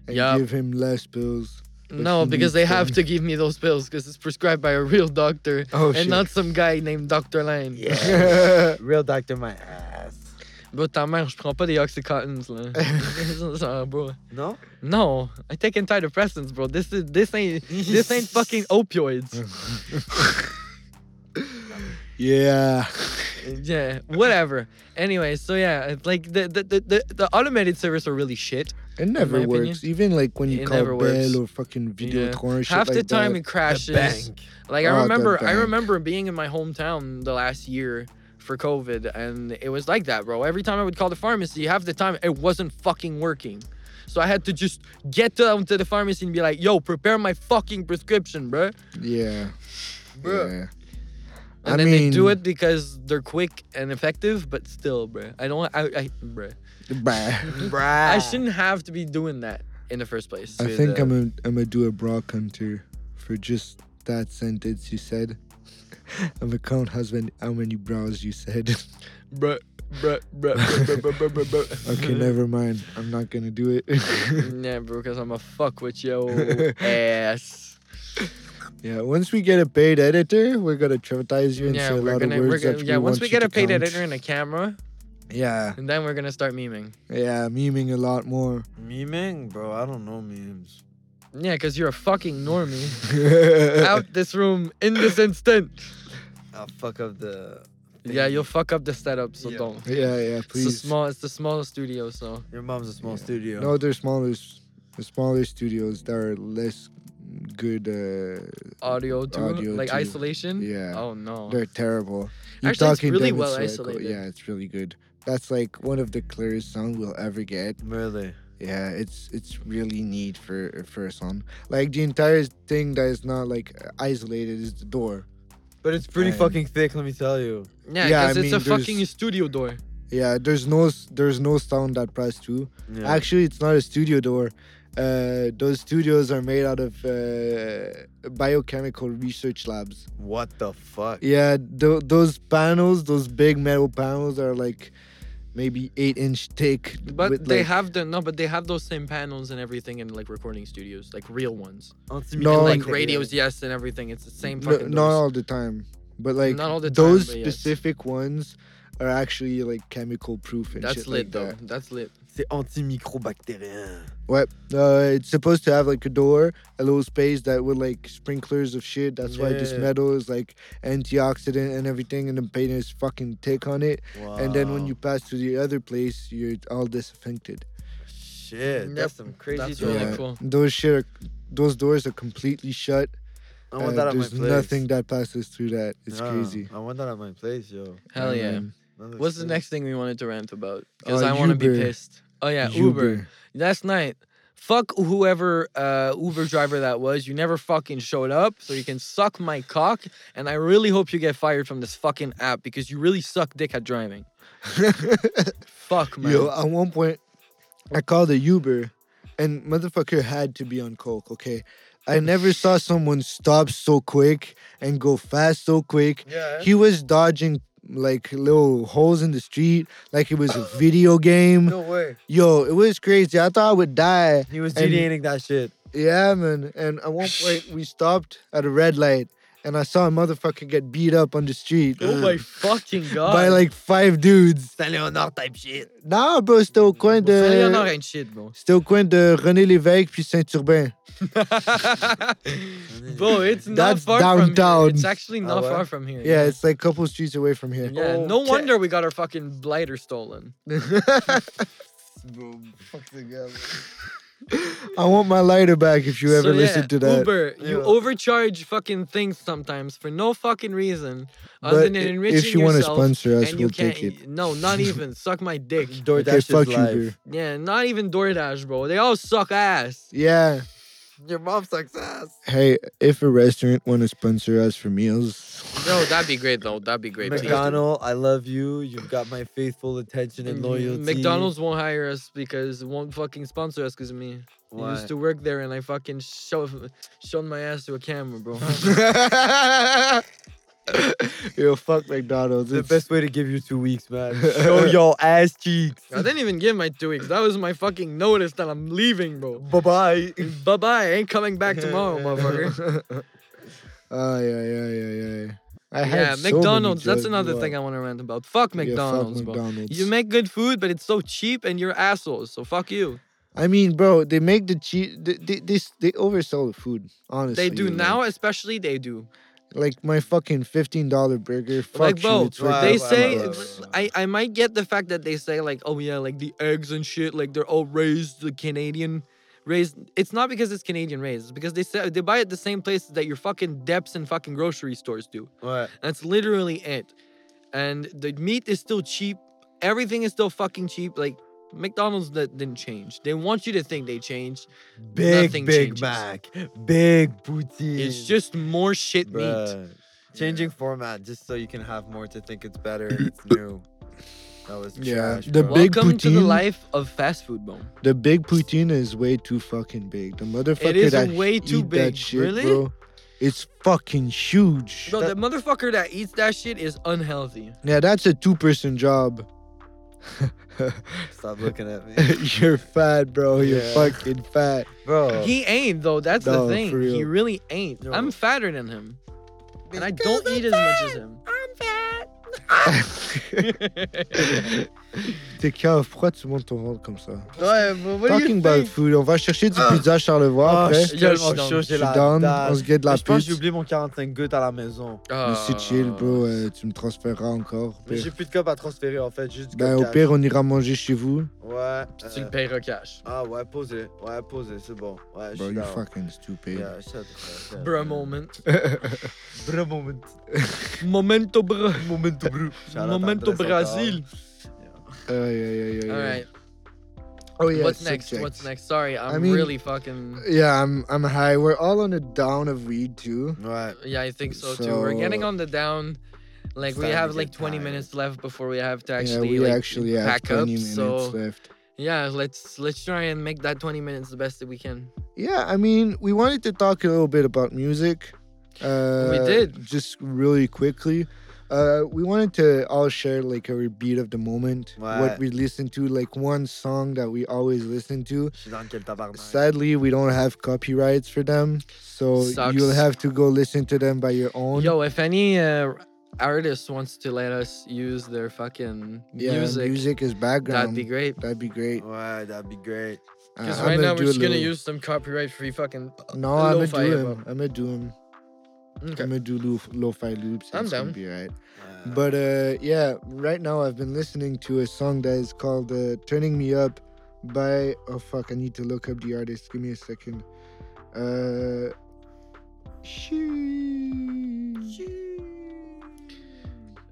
B: And
A: Yup.
B: give him less pills. But
A: no,
B: she
A: because they
B: needs
A: have
B: them.
A: to give me those pills because it's prescribed by a real doctor
B: Oh
A: and not some guy named Dr. Lane.
B: Yeah.
C: Real doctor, my ass.
A: Bro, ta mère, je prends pas des Oxycontins, là. Ça, bro.
C: No?
A: No, I take antidepressants, bro. This is this ain't this ain't fucking opioids.
B: yeah.
A: yeah, whatever. Anyway, so yeah, it's like the the, the, the the automated service are really shit.
B: It never
A: my opinion.
B: works. Even like when you
A: It
B: call
A: never
B: Bell
A: works.
B: or fucking
A: Yeah.
B: Videotron or shit
A: Half the
B: like
A: time
B: that.
A: it crashes. Like
B: Oh,
A: I
B: the
A: remember, I
B: bank.
A: remember being in my hometown the last year for COVID, and it was like that, bro. Every time I would call the pharmacy, half the time it wasn't fucking working. So I had to just get down to the pharmacy and be like, "Yo, prepare my fucking prescription, bro." And
B: Yeah.
C: Bro.
B: yeah. I
A: then they do
B: mean-
A: it because they're quick and effective, but still, bro. I don't, I, I bro.
B: Bah.
C: Ah.
A: I shouldn't have to be doing that in the first place.
B: I think I'm gonna I'm gonna do a Brock Hunter for just that sentence you said. I'm gonna count husband how many brows you said.
A: bruh, bruh, bruh, bruh, bruh, bruh, bruh, bruh, bruh.
B: Okay, never mind. I'm not gonna do it.
A: Yeah, bro, because I'm a fuck with yo ass.
B: yeah, once we get a paid editor, we're gonna traumatize you into
A: Yeah,
B: a
A: we're
B: lot
A: gonna,
B: of
A: we're
B: words
A: gonna,
B: that
A: yeah.
B: we
A: Once
B: want
A: we
B: you
A: get
B: to
A: a paid
B: count.
A: editor and a camera,
B: Yeah,
A: and then we're gonna start memeing.
B: yeah, memeing a lot more.
C: Memeing, bro. I don't know memes.
A: Yeah, because you're a fucking normie. Out this room in this instant.
C: I'll fuck up the.
A: Yeah,
C: thingy.
A: you'll fuck up the setup, so
C: Yeah.
A: don't.
B: yeah, yeah,
A: It's
B: please.
A: the small. It's the small studio, so
C: Your mom's a small
B: Yeah.
C: studio.
B: No, they're smaller, the smaller studios that are less good. Uh,
A: audio too,
B: Audio
A: like
B: too.
A: isolation.
B: Yeah.
A: Oh no.
B: They're terrible.
A: Actually, it's really
B: Devin
A: well
B: Sawyer,
A: isolated.
B: Yeah, it's really good. That's like one of the clearest sound we'll ever get.
C: Really?
B: Yeah, it's it's really neat for for a song. Like the entire thing that is not like isolated is the door.
C: But it's pretty
B: And-
C: fucking thick, let me tell you.
A: Yeah,
B: Yeah, I
A: because it's a
B: mean, there's-
A: fucking studio door.
B: Yeah, there's no s- there's no sound that press through.
C: Yeah.
B: Actually, it's not a studio door. Uh, those studios are made out of uh, biochemical research labs.
C: What the fuck?
B: Yeah, tho- those panels, those big metal panels, are like maybe eight inch thick.
A: But
B: with,
A: they
B: like-
A: have the no, but they have those same panels and everything in like recording studios, like real ones,
C: Anti-micro-
B: No,
A: and, like
B: okay,
A: radios, yes, and everything. It's the same
B: No-
A: fucking
B: not
A: doors.
B: all the time, but like
A: Not all the time,
B: those
A: but yes.
B: specific ones are actually like chemical proof and
A: That's
B: shit
A: lit
B: like
A: though.
B: that.
A: That's lit.
C: C'est antimicrobactérien.
B: Ouais. Uh, it's supposed to have like a door, a little space that with like sprinklers of shit. That's why this
C: Yeah.
B: metal is like antioxidant and everything, and the paint is fucking thick on it.
C: Wow.
B: And then when you pass to the other place, you're all disinfected.
C: Shit,
A: Yep,
C: that's some crazy
A: that's
C: shit.
A: really
B: Yeah.
A: cool.
B: Those shit, are, those doors are completely shut.
C: I want
B: Uh,
C: that at my
B: there's
C: place.
B: nothing that passes through that. It's
C: Yeah,
B: crazy.
C: I want that at my place, yo.
A: Hell yeah.
B: Um,
C: That
A: What's the
C: looks
A: next thing we wanted to rant about? Because
B: Uh,
A: I want to be
B: Uber.
A: pissed. Oh yeah, Uber. Last night, fuck whoever uh, Uber driver that was. You never fucking showed up, so you can suck my cock. And I really hope you get fired from this fucking app because you really suck dick at driving. Fuck man.
B: Yo, at one point, I called a Uber, and motherfucker had to be on coke. Okay, I never saw someone stop so quick and go fast so quick.
C: Yeah.
B: He was dodging like little holes in the street, like it was a video game.
C: No way.
B: Yo, it was crazy. I thought I would die.
C: He was
B: And-
C: DDing that shit.
B: Yeah, man. And at one point, we stopped at a red light, and I saw a motherfucker get beat up on the street
A: oh my fucking god.
B: uh, by like five dudes.
C: Saint Léonard type shit.
B: Nah, bro, c'était au coin de.
A: Ça y en a rien de shit, bro.
B: C'était au coin de René Lévesque puis Saint-Urbain.
A: bro, it's not
B: That's
A: far from
B: downtown.
A: here. It's actually
C: Ah,
A: not
C: ouais?
A: far from here.
B: Yeah, it's like a couple streets away from here.
A: Yeah, no
C: Okay.
A: wonder we got our fucking blighter stolen.
B: I want my lighter back if you
A: So
B: ever
A: yeah,
B: listen to that.
A: Uber, you
C: Yeah.
A: overcharge fucking things sometimes for no fucking reason other
B: But
A: than
B: i-
A: enriching
B: if you want to
A: yourself.
B: sponsor us,
A: and you
B: we'll
A: can't. e-,
B: take it.
A: No, not even. suck my dick.
C: DoorDash
B: okay,
C: is
B: fuck
C: live.
B: Uber.
A: Yeah, not even DoorDash, bro. They all suck ass.
B: Yeah.
C: Your mom sucks ass.
B: Hey, if a restaurant want to sponsor us for meals,
A: No, that'd be great though. That'd be great. please.
C: McDonald, I love you. You've got my faithful attention and loyalty.
A: Mm-hmm. McDonald's won't hire us because won't fucking sponsor us because of me. I
C: Why?
A: used to work there and I fucking showed showed my ass to a camera, bro.
B: yo, fuck McDonald's.
C: the
B: It's-
C: best way to give you two weeks, man. Show your ass cheeks.
A: I didn't even give my two weeks. That was my fucking notice that I'm leaving, bro.
C: Bye bye.
A: Bye bye. Ain't coming back tomorrow, motherfucker.
B: Oh, yeah, yeah, yeah, yeah. I had
A: Yeah,
B: so many
A: McDonald's. That's
B: jobs.
A: another
B: Wow.
A: thing I want to rant about. Fuck
B: Yeah, fuck
A: McDonald's, bro.
B: McDonald's.
A: You make good food, but it's so cheap, and you're assholes. So fuck you.
B: I mean, bro, they make the cheese. They, they, they, s- they oversell the food, honestly.
A: They do
B: like-
A: now, especially they do.
B: Like my fucking fifteen dollar burger. Fuck
A: like, bro,
B: you, it's worth
A: they
B: it.
C: wow,
A: say
C: wow, wow, wow.
A: I, I might get the fact that they say like, oh yeah, like the eggs and shit, like they're all raised the Canadian raised. It's not because it's Canadian raised. It's because they say they buy at the same places that your fucking Depps and fucking grocery stores do.
C: What?
A: That's literally it. And the meat is still cheap. Everything is still fucking cheap. Like McDonald's that didn't change. They want you to think they changed.
C: Big
A: Nothing
C: Big
A: changes.
C: Mac. Big poutine.
A: It's just more shit meat.
C: Bruh. Changing format just so you can have more to think it's better and it's new. That was
B: Yeah,
C: trash,
B: the
C: bro.
B: big-
A: Welcome to the
B: poutine.
A: life of fast food, bone.
B: The big poutine is way too fucking big. The motherfucker
A: is
B: that
A: way too
B: eat
A: big,
B: that shit,
A: really?
B: bro. It's fucking huge.
A: Bro, the motherfucker that eats that shit is unhealthy.
B: Now that's a two-person job.
C: Stop looking at me.
B: You're fat, bro. You're
C: Yeah.
B: fucking fat.
C: Bro.
A: He ain't though. That's
B: No,
A: the thing.
B: for real.
A: He really ain't.
C: No.
A: I'm fatter than him, and I don't eat as much as him.
B: T'es cave, pourquoi tu montes ton ventre comme ça?
C: Ouais, but what do
B: Talking
C: you
B: about
C: think?
B: food, on va chercher du
C: Ah.
B: pizza Charlevoix
C: Oh, je
B: après.
C: suis
A: Yo,
C: tellement
A: je suis
C: chaud,
A: down.
B: Je
C: j'ai
B: suis
C: la
B: down,
C: dalle.
B: on se guette de la
C: Mais Je pense que j'ai
B: pizza.
C: oublié mon 45 gouttes à la maison.
B: Mais c'est chill, bro, euh, tu me transféreras encore. au
C: Mais
B: pire.
C: j'ai plus de cop à transférer en fait, juste du
B: Ben, au
C: Cop Cash.
B: pire, on ira manger chez vous.
C: Ouais. euh,
A: Puis tu le payeras Uh, cash.
C: Ah ouais, posez. Ouais, posez, c'est bon. Ouais, je
B: Bro,
C: suis
B: Bah, you
C: down.
B: fucking stupid.
C: Yeah, shut the fuck up.
A: Bro moment.
C: Bro moment.
A: Momento bro. Momento bro.
C: Shout out
A: Momento
C: Andrés
A: Brazil.
B: Aïe, aïe, aïe, aïe, aïe.
A: All right.
B: Oh, yeah,
A: What's next?
B: subject.
A: What's next? Sorry, I'm
B: mean-
A: really fucking.
B: Yeah, I'm, I'm high. We're all on a down of weed, too.
C: Ouais.
A: Yeah, I think so, too. We're
B: So-
A: getting on the down. Like we
C: Starting to
A: have
C: get
A: like 20
C: tired.
A: minutes left before we have to
B: yeah,
A: actually
B: we
A: like,
B: actually have
A: pack
B: 20
A: up.
B: minutes
A: so
B: left.
A: yeah, let's let's try and make that 20 minutes the best that we can.
B: Yeah, I mean, we wanted to talk a little bit about music. Uh,
A: did.
B: Just really quickly. Uh, we wanted to all share like a beat of the moment,
C: Ouais.
B: what we listen to, like one song that we always listen to.
C: Je suis dans quel tabarnak.
B: Sadly, we don't have copyrights for them, so
A: Sucks.
B: you'll have to go listen to them by your own.
A: Yo, if any uh, artist wants to let us use their fucking
B: yeah,
A: music,
B: is
A: that'd
B: background.
A: be great.
B: That'd be great.
C: Ouais, that'd be great.
B: Uh,
A: Because Oh.
B: I'm
A: right
B: gonna
A: now we're
B: do a
A: just gonna
B: little-
A: use some copyright free fucking.
B: No, I'm gonna
A: lo-fi
B: do
A: hip-hop.
B: him. I'm gonna do him.
A: Okay.
B: I'm gonna do lo- lo-fi loops.
A: I'm
B: it's gonna
A: down.
B: Be right.
C: Ouais.
B: But uh, yeah, right now I've been listening to a song that is called uh, "Turning Me Up" by oh fuck, I need to look up the artist. Give me a second. Uh,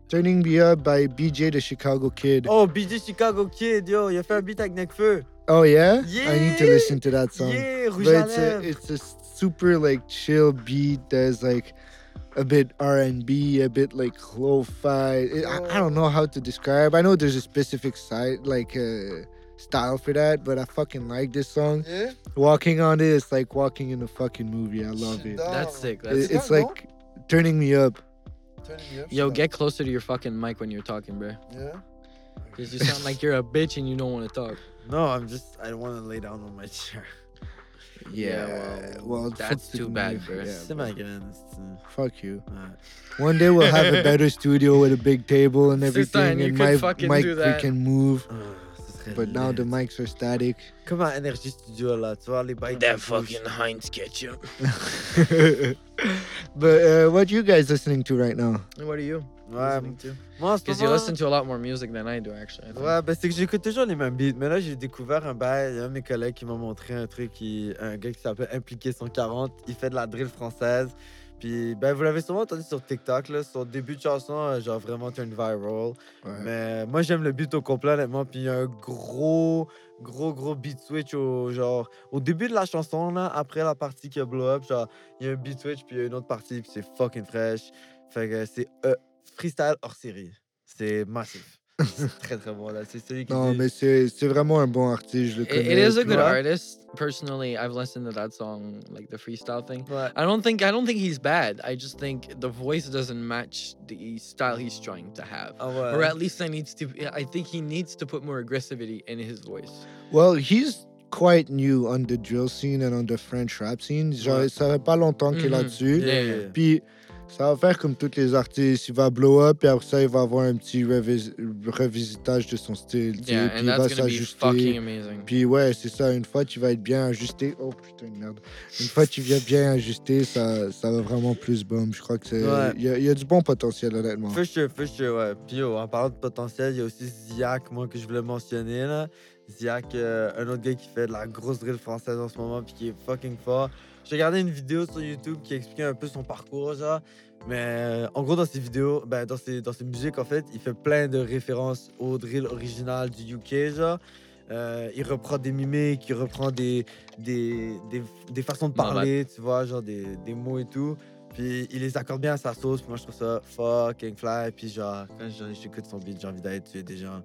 B: "Turning Me Up" by BJ the Chicago Kid. Oh,
C: Oh, BJ Chicago Kid, yo, il a fait un beat avec Necfeu.
B: Oh, yeah? I need to
C: Yeah.
B: listen to that song.
C: Yeah,
B: But
C: rouge à
B: it's a,
C: lèvres.
B: it's a super like chill beat. There's like a bit R and B, a bit like lo-fi. It- I, I don't know how to describe. I know there's a specific side like uh, style for that, but I fucking like this song.
C: Yeah,
B: Walking on it, it's like walking in a fucking movie. I love
C: Shit,
B: it.
C: dog.
A: That's sick. That's
B: It-
A: sick.
B: It's
C: Yeah, no?
B: like turning me up.
C: turning me up,
A: Yo,
C: shit.
A: get closer to your fucking mic when you're talking, bro.
C: Yeah.
A: Because you sound like you're a bitch and you don't want to talk.
C: No, I'm just, I don't want to lay down on my chair.
A: Yeah, well,
B: well,
A: that's
B: fuck the
A: too bad,
B: music,
A: bro.
B: yeah,
C: C'est ma graine. c'est-
B: Fuck you.
C: Ouais.
B: One day we'll have a better studio with a big table and
A: Sister,
B: everything,
A: and you
B: and
A: could
B: my
A: fucking
B: mic
A: do that.
B: freaking move.
C: Ah, ce serait
B: But now
C: lit.
B: the mics are static.
C: Comme à Energy Studio, là, tu vois, les bails. de bouche.
A: Heinz ketchup.
B: but uh, what you guys listening to right now?
A: What are you
C: Ouais,
A: listening to?
C: moi, en ce
A: Because you
C: moment-
A: listen to a lot more music than I do, actually. I think.
C: Ouais, ben c'est que j'écoute toujours les mêmes beats. Mais là, j'ai découvert un bail. Il y a un de mes collègues qui m'a montré un truc. qui- un gars qui s'appelle Impliqué 140. Il fait de la drill française. Puis, ben, vous l'avez sûrement entendu sur TikTok, là. Son début de chanson, euh, genre vraiment turn viral. Mais moi, j'aime le beat au complet, honnêtement. Puis, il y a un gros, gros, gros beat switch au genre. Au début de la chanson, là, après la partie qui a blow up, genre, il y a un beat switch, puis il y a une autre partie, puis c'est fucking fresh. Fait que c'est euh, freestyle hors série. C'est massif. c'est très, très bon, là. C'est celui qui.
B: Non,
C: dit-
B: mais c'est c'est vraiment un bon artiste, je le
A: It-
B: connais.
A: it is a
B: tu
A: good
B: vois.
A: artist. Personally, I've listened to that song, like the freestyle thing.
C: Ouais.
A: I don't think I don't think he's bad. I just think the voice doesn't match the style he's trying to have.
C: Ah ouais.
A: Or at least I needs to. I think he needs to put more aggressivity in his voice.
B: Well, he's quite new on the drill scene and on the French rap scene. Genre,
C: Ouais.
B: ça fait pas longtemps qu'il est
A: Mhm.
B: là-dessus.
C: Yeah,
A: Yeah.
C: yeah.
B: Puis ça va faire comme tous les artistes. Il va blow up, puis après ça, il va avoir un petit revis- revisitage de son style. tu sais,
A: Yeah,
B: puis
A: and
B: il va
A: that's gonna be
B: s'ajuster.
A: fucking amazing.
B: Puis ouais, c'est ça, une fois tu vas être bien ajusté. Oh putain, de merde. Une fois tu viens bien ajusté, ça, ça va vraiment plus bomb. Je crois que c'est.
C: Ouais.
B: Il y a- il y, a du bon potentiel, honnêtement.
C: For sure, for sure, ouais. Puis oh, en parlant de potentiel, il y a aussi Ziak, moi, que je voulais mentionner, là. Ziak, euh, un autre gars qui fait de la grosse drill française en ce moment, puis qui est fucking fort. J'ai regardé une vidéo sur YouTube qui expliquait un peu son parcours, genre. Mais euh, en gros, dans ses vidéos, ben, dans, ses, dans ses musiques, en fait, il fait plein de références au drill original du UK, genre. Euh, il reprend des mimiques, il reprend des, des, des, des façons de
A: Dans la-
C: parler, tu vois, genre des, des mots et tout. Puis Puis il les accorde bien à sa sauce. Puis moi, je trouve ça fucking fly. Puis genre, quand j'en- j'écoute son beat, j'ai envie d'aller tuer des gens. Donc,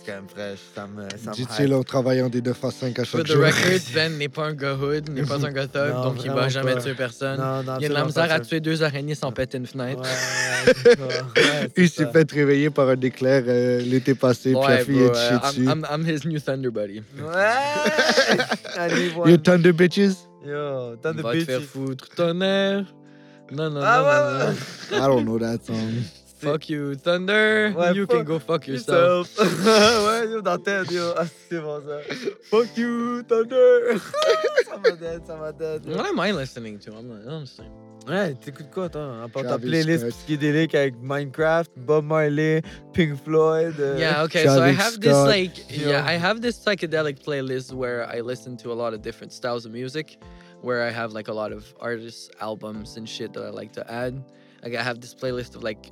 C: c'est quand même fraîche. Ça me. Ça me hype.
B: Dit-il en travaillant des 9 à 5 à
A: For
B: chaque
A: the
B: jour.
A: record, Ben n'est pas un gars hood, n'est pas un gars top,
C: Non,
A: donc il va
C: vraiment
A: jamais
C: pas.
A: tuer personne.
C: Non, non,
A: il y a de la
C: absolument
A: misère
C: pas,
A: à
C: ça.
A: tuer deux araignées sans péter une fenêtre.
C: Ouais, c'est ça. Ouais, c'est
B: Il s'est
C: ça.
B: fait réveiller par un éclair euh, l'été passé, puis la fille
A: bro,
B: est
A: euh,
B: chiée
A: I'm-
B: dessus.
A: I'm, I'm his new thunder buddy.
C: Ouais! Allez, voilà.
B: You ton de bitches?
C: Yo, tant
A: Il
C: de
A: va te faire
C: bitches.
A: foutre tonnerre. Non, non,
C: Ah
A: non,
C: ouais,
A: non,
C: ouais.
A: non.
B: I don't know that song.
C: C'est-
A: Fuck you, thunder.
C: Ouais,
A: you
C: fuck
A: can go fuck yourself.
C: yourself. ouais, yo, dans la tête, yo. Ah, c'est bon ça. Fuck you, Thunder. ça m'a dead, ça m'a dead. yo.
A: What am I listening to? I'm not, I'm saying.
C: Ouais, t'écoutes quoi, toi? À part ta
B: Travis
C: playlist
B: Scott.
C: psychédélique avec Minecraft, Bob Marley, Pink Floyd. euh,
A: Yeah, okay. so I
B: Travis
A: have this
B: Scott.
A: like yeah,
C: Yeah.
A: I have this psychedelic playlist where I listen to a lot of different styles of music, where I have like a lot of artists, albums, and shit that I like to add. Like I have this playlist of like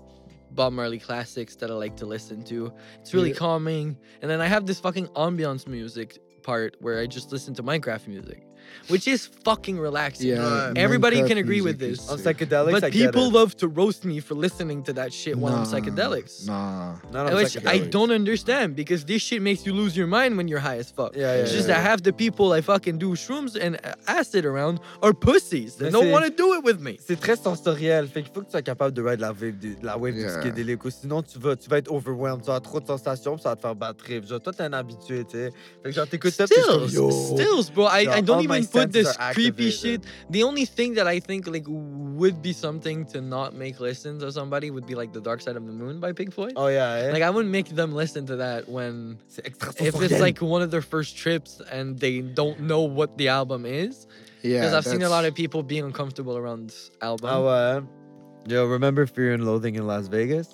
A: Bob Marley classics that I like to listen to. It's really
C: Yeah.
A: calming. And then I have this fucking ambiance music part where I just listen to Minecraft music, which is fucking relaxing.
B: Yeah,
A: Everybody can
B: Minecraft
A: agree with
B: music
A: this.
B: is
C: En
B: sick.
C: psychédélique, ça
A: but
C: get
A: people
C: it.
A: love to roast me for listening to that shit while I'm
B: Nah,
A: psychedelics.
B: Nah.
C: Non, non,
A: Which I
C: psychédélique.
A: don't understand because this shit makes you lose your mind when you're high as fuck.
C: Yeah, yeah,
A: it's
C: yeah,
A: just
C: yeah.
A: that half the people I fucking do shrooms and uh, acid around are pussies. They
C: Mais
A: don't
C: c'est-
A: want to do it with me.
C: C'est très sensoriel. Fait qu'il faut que tu sois capable de ride la wave, du- la wave
B: Yeah.
C: du psychédélique. ou Sinon, tu vas, tu vas être overwhelmed. Tu vas avoir trop de sensations, puis ça va te faire battre. trip. Genre, toi, t'es un habitué, tu sais. Fait que genre, t'écoutes ça, puis t'es comme,
A: Stills,
C: yo.
A: stills, bro. I, I
C: Yeah,
A: don't
C: all my
A: even put
C: senses
A: this
C: are
A: creepy shit.
C: activated.
A: The only thing that I think like would be something to not make listens of somebody would be like The Dark Side of the Moon by Pink Floyd.
C: Oh yeah, hein?
A: Like I wouldn't make them listen to that when
C: c'est extra
A: if
C: sensoriel.
A: it's like one of their first trips and they don't know what the album is.
B: Yeah.
A: Because I've seen a
B: that's-
A: lot of people being uncomfortable around this album.
C: Ah ouais. Yo, remember Fear and Loathing in Las Vegas?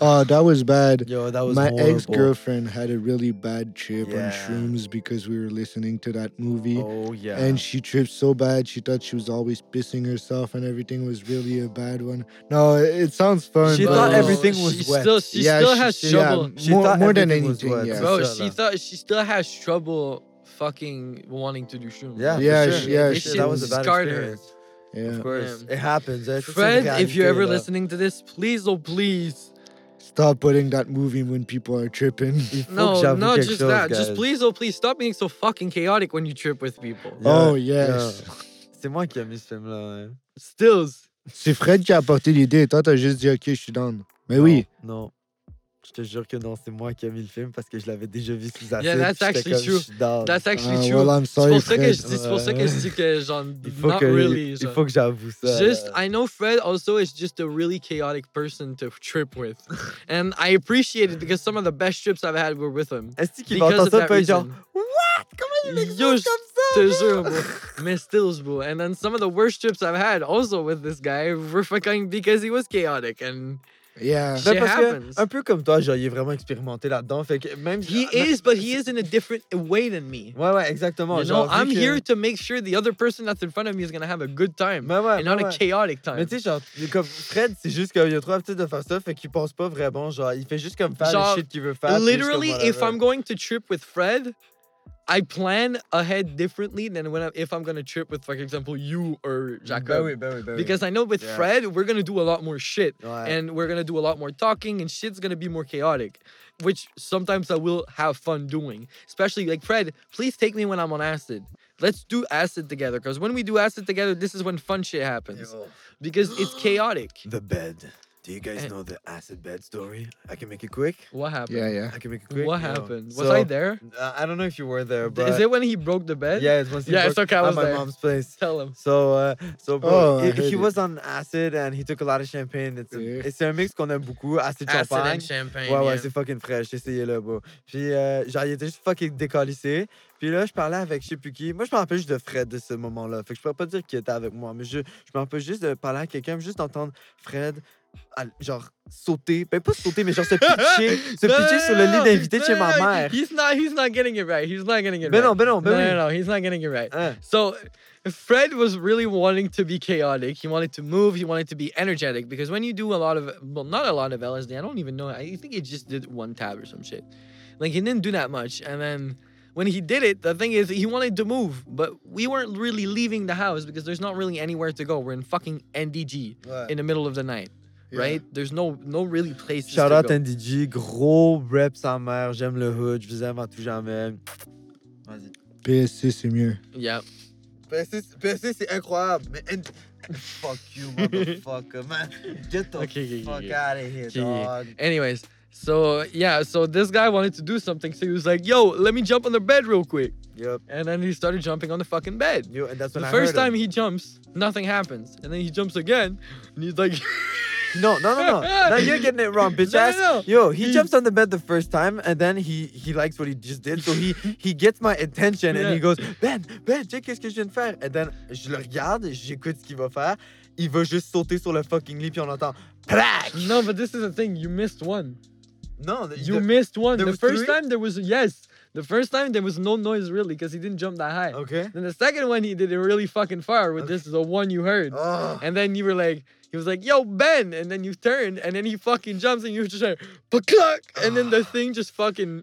B: Oh, that was bad.
C: Yo, that was
B: My
C: horrible.
B: ex girlfriend had a really bad trip
C: Yeah.
B: on shrooms because we were listening to that movie.
C: Oh yeah.
B: And she tripped so bad, she thought she was always pissing herself, and everything was really a bad one. No, it, it sounds fun.
C: She
B: but-
C: thought everything was
A: she
C: wet.
A: Still, she
B: Yeah,
A: still
B: she-
A: has
B: she- yeah,
A: trouble.
C: She
B: more,
C: thought
B: more than
C: everything was
B: anything.
C: wet.
B: Yeah,
A: Bro,
C: for sure,
A: she
C: là.
A: thought she still has trouble fucking wanting to do shrooms.
C: yeah, for
B: Yeah,
C: sure.
B: she- yeah,
A: This
B: she
A: shit
C: that was a bad
A: scarred her.
C: experience.
B: yeah.
C: Of course,
A: Yeah.
C: it happens. hein, ça, c'est une
A: Fred, if you're
C: réalité,
A: ever
C: là.
A: listening to this, please, oh please,
B: Stop putting that movie when people are tripping.
C: Il faut que
A: no,
C: j'avoue
A: not
C: quelque
A: just
C: chose,
A: that, just
C: guys.
A: please, oh please, stop being so fucking chaotic when you trip with people.
C: Yeah,
B: oh
C: yeah.
B: yes.
C: C'est moi qui ai mis ce film-là. hein.
A: Stills,
B: C'est Fred qui a apporté l'idée. Toi, t'as juste dit ok, je suis down.
C: Eh Oh.
B: Mais oui.
C: Non. non. Je te jure que non, c'est moi qui ai mis le film parce que je l'avais déjà vu sous acide.
A: Yeah, that's
C: puis
A: actually
C: j'étais comme,
A: true.
C: je suis down.
A: that's actually
C: Uh,
B: Ah,
A: true.
B: well, I'm
A: c'est
B: sorry,
A: pour ça que
B: Fred.
A: je dis, c'est pour ça que je dis que genre,
C: Il faut
A: um, not
C: que,
A: really. uh,
C: il
A: genre.
C: faut que j'avoue ça.
A: Just
C: là.
A: I know Fred also is just a really chaotic person to trip with, and I appreciate it because some of the best trips I've had were with him.
C: Est-ce qu'il va
A: Because
C: entendre
A: of
C: ça
A: that
C: peut être genre
A: reason.
C: What? Comment il m'explique
A: Yo,
C: comme
A: je
C: ça?
A: Te jure, bro. Mais stills, bro. And then some of the worst trips I've had also with this guy were fucking because he was chaotic and
B: Yeah.
A: Shit
C: Ben, parce que,
A: happens.
C: un peu comme toi, genre, il est vraiment expérimenté là-dedans. Fait que même
A: he
C: Ah,
A: is, but he is in a different way than me.
C: Ouais, ouais, exactement.
A: You know,
C: genre, vu
A: I'm
C: que-
A: here to make sure the other person that's in front of me is gonna have a good time
C: Mais ouais,
A: and not
C: ouais,
A: a
C: ouais.
A: chaotic time.
C: Mais tu sais, genre, comme Fred, c'est juste qu'il a trop l'habitude de faire ça, fait qu'il pense pas vraiment, genre, il fait juste comme faire
A: Genre,
C: le shit qu'il veut faire. puis juste comme
A: Literally, if
C: whatever.
A: I'm going to trip with Fred. I plan ahead differently than when I, if I'm gonna trip with, for example, you or Jacob.
C: Ben oui, ben oui, ben oui.
A: Because I know with
C: Yeah.
A: Fred, we're gonna do a lot more shit.
C: Ouais.
A: And we're gonna do a lot more talking and shit's gonna be more chaotic. Which sometimes I will have fun doing. Especially like Fred, please take me when I'm on acid. Let's do acid together. Cause when we do acid together, this is when fun shit happens.
C: Yo.
A: Because it's chaotic.
C: The bed. Do you guys
A: Eh.
C: know the acid bed story? I can make it quick.
A: What happened?
B: Yeah, yeah.
C: I can make it quick.
A: What
C: Yo.
A: happened? Was
C: So,
A: I there?
C: uh, I don't know if you were there, but
A: Is it when he broke the bed?
C: yeah, it was
A: Yeah, it's okay, I
C: at
A: was
C: my
A: there.
C: mom's place.
A: Tell him.
C: So, uh, so bro,
B: Oh, I
C: he- he
B: heard
C: was on acid and he took a lot of champagne. It's a-
B: Yeah.
C: et c'est un mix qu'on aime beaucoup, acid, champagne.
A: champagne.
C: Ouais, ouais, c'est fucking fraîche. Essayez-le, bro. Puis, euh, genre, il était juste fucking décalissé. Puis là, je parlais avec je sais plus qui. Moi, je me rappelle juste de Fred de ce moment-là. Fait que je pourrais pas dire qu'il était avec moi, mais je, je me rappelle juste de parler à quelqu'un, juste d'entendre Fred, à- genre, sauter. Ben, pas sauter, mais genre se pitcher. se pitcher sur le lit d'invité de chez ma mère.
A: He's not, he's not getting it right. He's not getting it
C: Ben
A: right.
C: non, ben non, ben
A: no,
C: oui.
A: no, no, he's not getting it right.
C: Hein.
A: So Fred was really wanting to be chaotic. He wanted to move. He wanted to be energetic because when you do a lot of, well, not a lot of LSD. I don't even know. I think he just did one tab or some shit. Like he didn't do that much. And then when he did it, the thing is, he wanted to move, but we weren't really leaving the house because there's not really anywhere to go. We're in fucking NDG in the middle of the night,
B: Yeah.
A: right? There's no no really place.
C: Shout
A: to
C: out
A: go.
C: NDG, gros rep sa mère, j'aime le hood, je vous aime à tout jamais. Vas-y.
B: PSC, c'est mieux.
A: Yeah,
C: PSC, c'est incroyable, mais N- Fuck you, motherfucker, man. Get the
A: Ok, ok, ok,
C: fuck
A: ok.
C: out of here,
A: Ok.
C: dog.
A: Anyways, so yeah, so this guy wanted to do something, so he was like, "Yo, let me jump on the bed real quick,"
C: Yep.
A: and then he started jumping on the fucking bed.
C: Yo, and that's when
A: the
C: I
A: first
C: heard
A: time
C: him.
A: he jumps, nothing happens, and then he jumps again, and he's like,
C: No, no, no, no. Now you're getting it wrong, bitch
A: No, no,
C: ass.
A: no.
C: Yo, he
A: He-
C: jumps on the bed the first time, and then he he likes what he just did, so he he gets my attention, and
A: Yeah.
C: he goes Ben, Ben, check qu'est-ce que je viens de faire. And then je le regarde, j'écoute ce qu'il va faire. Il va juste sauter sur le fucking lit, puis on entend plac.
A: "No, but this is the thing. You missed one.
C: Non, the-
A: You
C: the-
A: missed one.
C: there
A: The
C: was
A: first
C: three?
A: time there was yes. The first time there was no noise really because he didn't jump that high.
C: Okay.
A: Then the second one he did it really fucking far. With
C: Okay.
A: this is the one you heard.
C: Oh.
A: And then you were like, he was like, yo, Ben. And then you turned, and then he fucking jumps, and you were just like, cluck. And then the thing just fucking.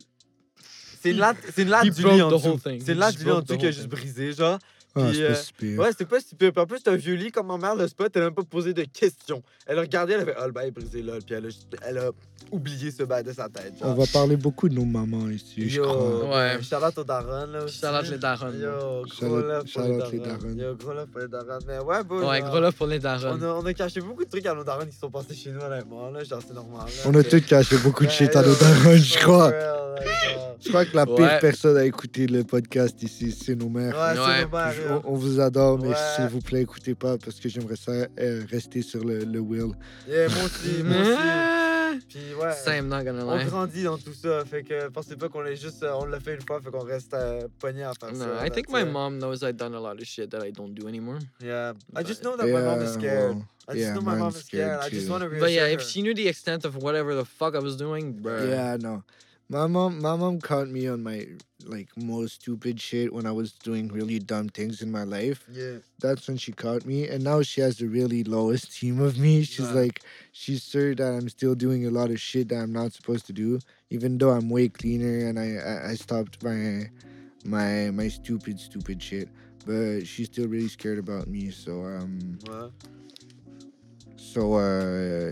C: C'est une latte, c'est une latte
A: He
C: du
A: broke
C: lit en
A: the whole
C: dessous.
A: thing.
C: C'est une
A: He
C: latte
A: just
C: du lit en
A: broke the
C: dessous qui a
A: whole
C: juste
A: thing.
C: brisé, genre.
B: Ah,
C: Puis,
B: c'est
C: euh,
B: pas si pire.
C: Ouais, c'était pas stupide. En plus, c'était un vieux lit, comme ma mère le spot, elle a même pas posé de questions. Elle a regardé, elle a fait Ah, le bail est brisé là. Puis elle a, juste- elle a oublié ce bail de sa tête.
B: On
C: Genre.
B: va parler beaucoup de nos mamans ici, je crois.
C: Yo,
A: Ouais.
C: ouais. Charlotte aux darons, là. aussi.
A: Shout out les darons.
C: Yo, gros
B: Shout-out-
C: love pour
B: shout-out
C: les
B: les
C: darons.
B: darons.
C: Yo, gros love pour les darons. Mais ouais, bon.
A: Ouais,
C: genre,
A: gros love pour les
C: On
A: darons.
C: a, on a caché beaucoup de trucs à nos darons qui sont passés chez nous, honnêtement. Là, genre, c'est normal. là.
B: On a
C: C'est-
B: tous caché beaucoup de
C: Ouais,
B: shit à
C: yo,
B: nos darons, je
C: for
B: crois.
C: real, là, genre.
B: Je crois que la pire
A: Ouais.
B: personne à écouter le podcast ici, c'est nos mères.
C: Ouais,
A: Ouais,
C: c'est normal.
B: Je-
C: là.
B: on, on vous adore, mais
C: Ouais.
B: s'il vous plaît, écoutez pas parce que j'aimerais ça euh, rester sur le, le wheel.
C: Yeah, moi aussi, moi aussi.
A: Ah,
C: Puis ouais.
A: Same, not gonna
C: On
A: lie.
C: grandit dans tout ça, fait que pensez pas qu'on est juste, euh, on l'a fait une fois, fait qu'on reste euh, pogné à faire ça.
A: No, I
C: là,
A: think
C: tu
A: my
C: sais.
A: mom knows I've done a lot of shit that I don't do anymore.
C: Yeah, I just know that
B: Et,
C: my mom is
B: euh,
C: scared.
B: bon.
C: I just
B: yeah,
C: know my mom
B: mine's
C: is scared. I
B: scared
C: just
B: too.
C: want to reassure
A: But yeah, if
C: her.
A: she knew the extent of whatever the fuck I was doing, bruh.
B: Yeah, no. My mom, my mom caught me on my like most stupid shit when I was doing really dumb things in my life.
C: Yeah.
B: That's when she caught me, and now she has the really low esteem of me. She's
C: Wow.
B: like, she's sure that I'm still doing a lot of shit that I'm not supposed to do, even though I'm way cleaner and I I, I stopped my my my stupid stupid shit. But she's still really scared about me, so um.
C: Ouais.
B: So uh,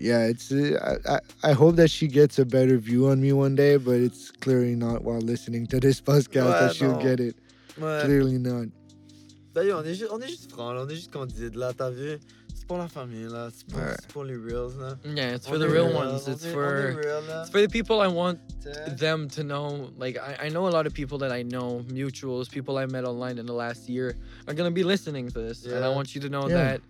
B: yeah, it's uh, I, I I hope that she gets a better view on me one day, but it's clearly not while listening to this podcast
C: Ouais,
B: that she'll
C: non.
B: get it.
C: Ouais.
B: Clearly not.
C: D'ailleurs, on est juste, on est juste franc, là. On est juste candide, là. T'as vu? C'est pour la famille, là. C'est pour,
B: Ouais.
C: c'est pour les reals, là.
A: Yeah, it's
C: On
A: for the
C: est
A: real
C: real,
A: ones.
C: on
A: It's
C: est- on est
A: for
C: real, là.
A: it's for the people I want
C: Tu sais.
A: them to know. Like I, I know a lot of people that I know, mutuals, people I met online in the last year, are gonna be listening to this. And I
C: Yeah.
A: want you to know
B: Yeah.
A: that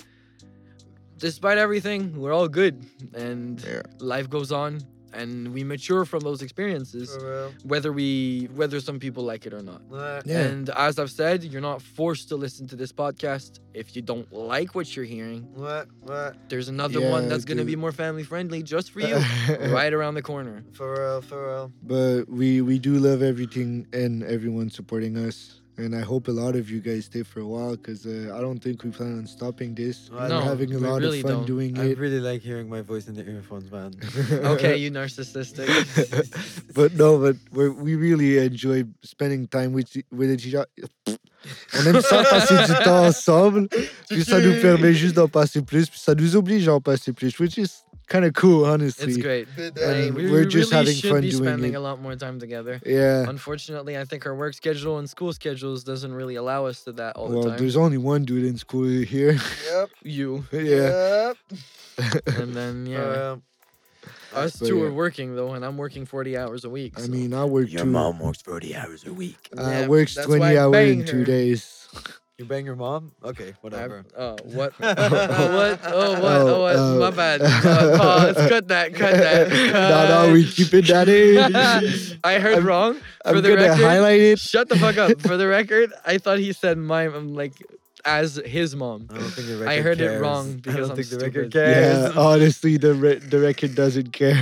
A: despite everything, we're all good and
B: Yeah.
A: life goes on and we mature from those experiences,
C: For real.
A: whether we whether some people like it or not.
C: Ouais.
B: Yeah.
A: And as I've said, you're not forced to listen to this podcast. If you don't like what you're hearing,
C: Ouais, ouais.
A: there's another one
B: Yeah,
A: that's going to be
B: dude.
A: more family friendly just for you, right around the corner.
C: For real, for real.
B: But we we do love everything and everyone supporting us, and I hope a lot of you guys stay for a while because uh, I don't think we plan on stopping this.
C: Ouais,
A: No,
B: We're having a
A: we
B: lot
A: really
B: of fun
A: don't.
B: doing
C: I
B: it.
C: really like hearing my voice in the earphones, man.
A: Okay, you narcissistic.
B: but no, but we we really enjoy spending time with with each other. On aime ça passer du temps ensemble, puis ça nous permet juste d'en passer plus, puis ça nous oblige à en passer plus, which is kind of cool,
A: It's
B: honestly.
A: great.
B: And
A: Hey, we
B: we're
A: we
B: just
A: really
B: having
A: should
B: fun
A: be
B: doing
A: spending
B: it.
A: a lot more time together.
B: Yeah.
A: Unfortunately, I think our work schedule and school schedules doesn't really allow us to that all the
B: Well,
A: time.
B: there's only one dude in school here.
C: Yep,
A: You
B: yeah.
C: yep.
A: and then yeah,
C: For real.
A: us
B: But
A: two
B: yeah.
A: are working though, and I'm working 40 hours a week.
B: I
A: so-
B: mean, I work two.
C: works 40 hours a week.
B: I
A: Yeah,
B: work
A: that's
B: 20
A: why I
B: hours in
A: bang
B: two
A: her.
B: days.
C: You bang your mom? Okay,
A: I-
C: whatever.
A: oh what? Oh what? Oh what?
B: Oh,
A: Oh what?
B: oh.
A: My bad. Uh, pause. Cut that. Cut that.
B: no, no, we keep it that in.
A: I heard
B: I'm-
A: wrong.
B: I'm
A: the
B: gonna
A: record-
B: highlight it.
A: Shut the fuck up. For the record, I thought he said my um, like as his mom.
C: I don't think the
A: I
C: record
A: heard it
C: cares.
A: wrong
C: I
A: because
C: don't
A: I'm
C: think the record
A: stupid.
B: Yeah,
C: cares.
B: honestly, the re- the record doesn't care.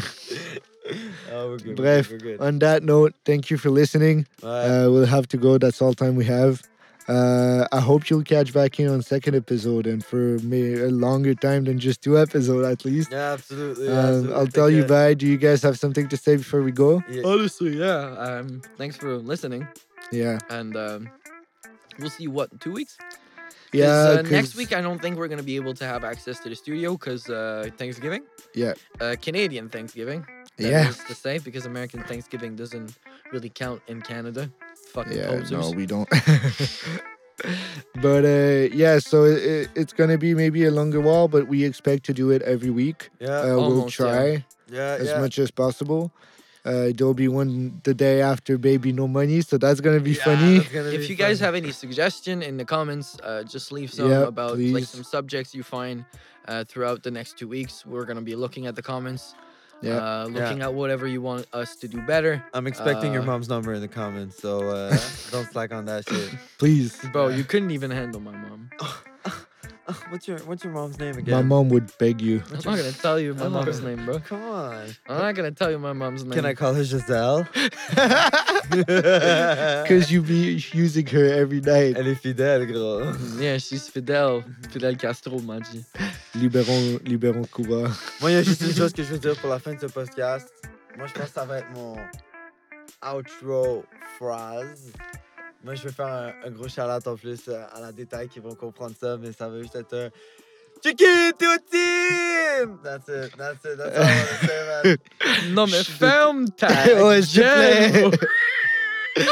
C: oh, we're good.
B: Bref,
C: we're good. We're good.
A: Uh,
B: On that note, thank you for listening.
C: Bye.
B: Uh, we'll have to go. That's all time we have. Uh, I hope you'll catch back in on second episode and for may a longer time than just two episode at least.
C: Yeah, absolutely.
B: Um, I'll tell you bye. Do you guys have something to say before we go?
C: Yeah.
A: Honestly, yeah. Um, thanks for listening,
B: Yeah.
A: and um, we'll see you, what two weeks. 'Cause,
B: Yeah.
A: uh, next
B: 'cause-
A: week, I don't think we're gonna be able to have access to the studio because uh, Thanksgiving.
B: Yeah.
A: Uh, Canadian Thanksgiving. That
B: Yeah.
A: is to say, because American Thanksgiving doesn't really count in Canada. Fucking
B: Yeah,
A: posers.
B: no, we don't. but uh, yeah, so it, it, it's gonna be maybe a longer while, but we expect to do it every week.
C: Yeah,
B: Uh, we'll
A: almost,
B: try
C: yeah,
B: as
C: yeah.
B: much as possible. Uh, there'll be one the day after baby no money, so that's gonna be
C: Yeah,
B: funny.
C: that's gonna
A: if
C: be
A: you guys
C: funny.
A: have any suggestion in the comments, uh, just leave some
B: Yeah,
A: about like
B: please.
A: some subjects you find uh, throughout the next two weeks. We're gonna be looking at the comments,
B: Yeah.
A: uh, looking at whatever you want us to do better,
C: I'm expecting your
A: Uh,
C: mom's number in the comments, so uh, don't slack on that shit.
B: Please,
A: bro.
C: Yeah.
A: You couldn't even handle my mom.
C: Uh, what's your What's your mom's name
B: my
C: again?
B: mom would beg you.
A: I'm not gonna tell you my
C: Oh.
A: mom's name, bro.
C: Come on.
A: I'm not gonna tell you my mom's name.
C: Can I call her Giselle? Uh,
B: Because you be using her every night.
C: Elle est fidèle, gros.
A: Yeah, she's Fidel. Fidel Castro m'a dit.
B: Libérons, libérons Cuba.
C: Moi, il y a juste une chose que je veux dire pour la fin de ce podcast. Moi, je pense que ça va être mon outro phrase. Moi, je vais faire un, un gros shout en plus euh, à la détail qui vont comprendre ça, mais ça va juste être un Chicky to team! That's it, that's it, that's all I want to say, man.
A: Non mais
B: Je-
A: ferme ta
B: Ouais, Oh, s'il te
A: gueule.
B: plaît.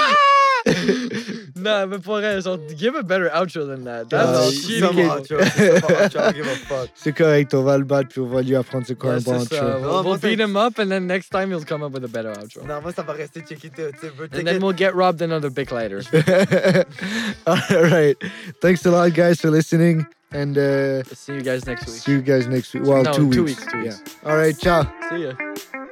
A: Non, mais pour elle, genre, give a better outro than that. That's
B: Ah, Euh,
C: Alors,
B: il-
C: c'est
A: shitty.
C: ça mon outro, c'est ça mon outro, I don't give a fuck.
B: C'est correct, on va le battre puis on va lui apprendre c'est quoi
A: Yeah,
B: un bon
A: c'est ça.
B: show.
A: uh, We'll,
C: Oh,
A: we'll
C: moi,
A: beat
C: c'est-
A: him up, and then next time he'll come up with a better outro.
C: Non, moi, ça va rester Chicky to team. bro.
A: And then we'll get robbed another big later.
B: All right. Thanks a lot, guys, for listening. And uh,
A: See you guys next week.
B: see you guys next week. Well,
A: No,
B: two,
A: two
B: weeks.
A: weeks, two weeks.
B: Yeah. All right. Ciao.
A: See ya.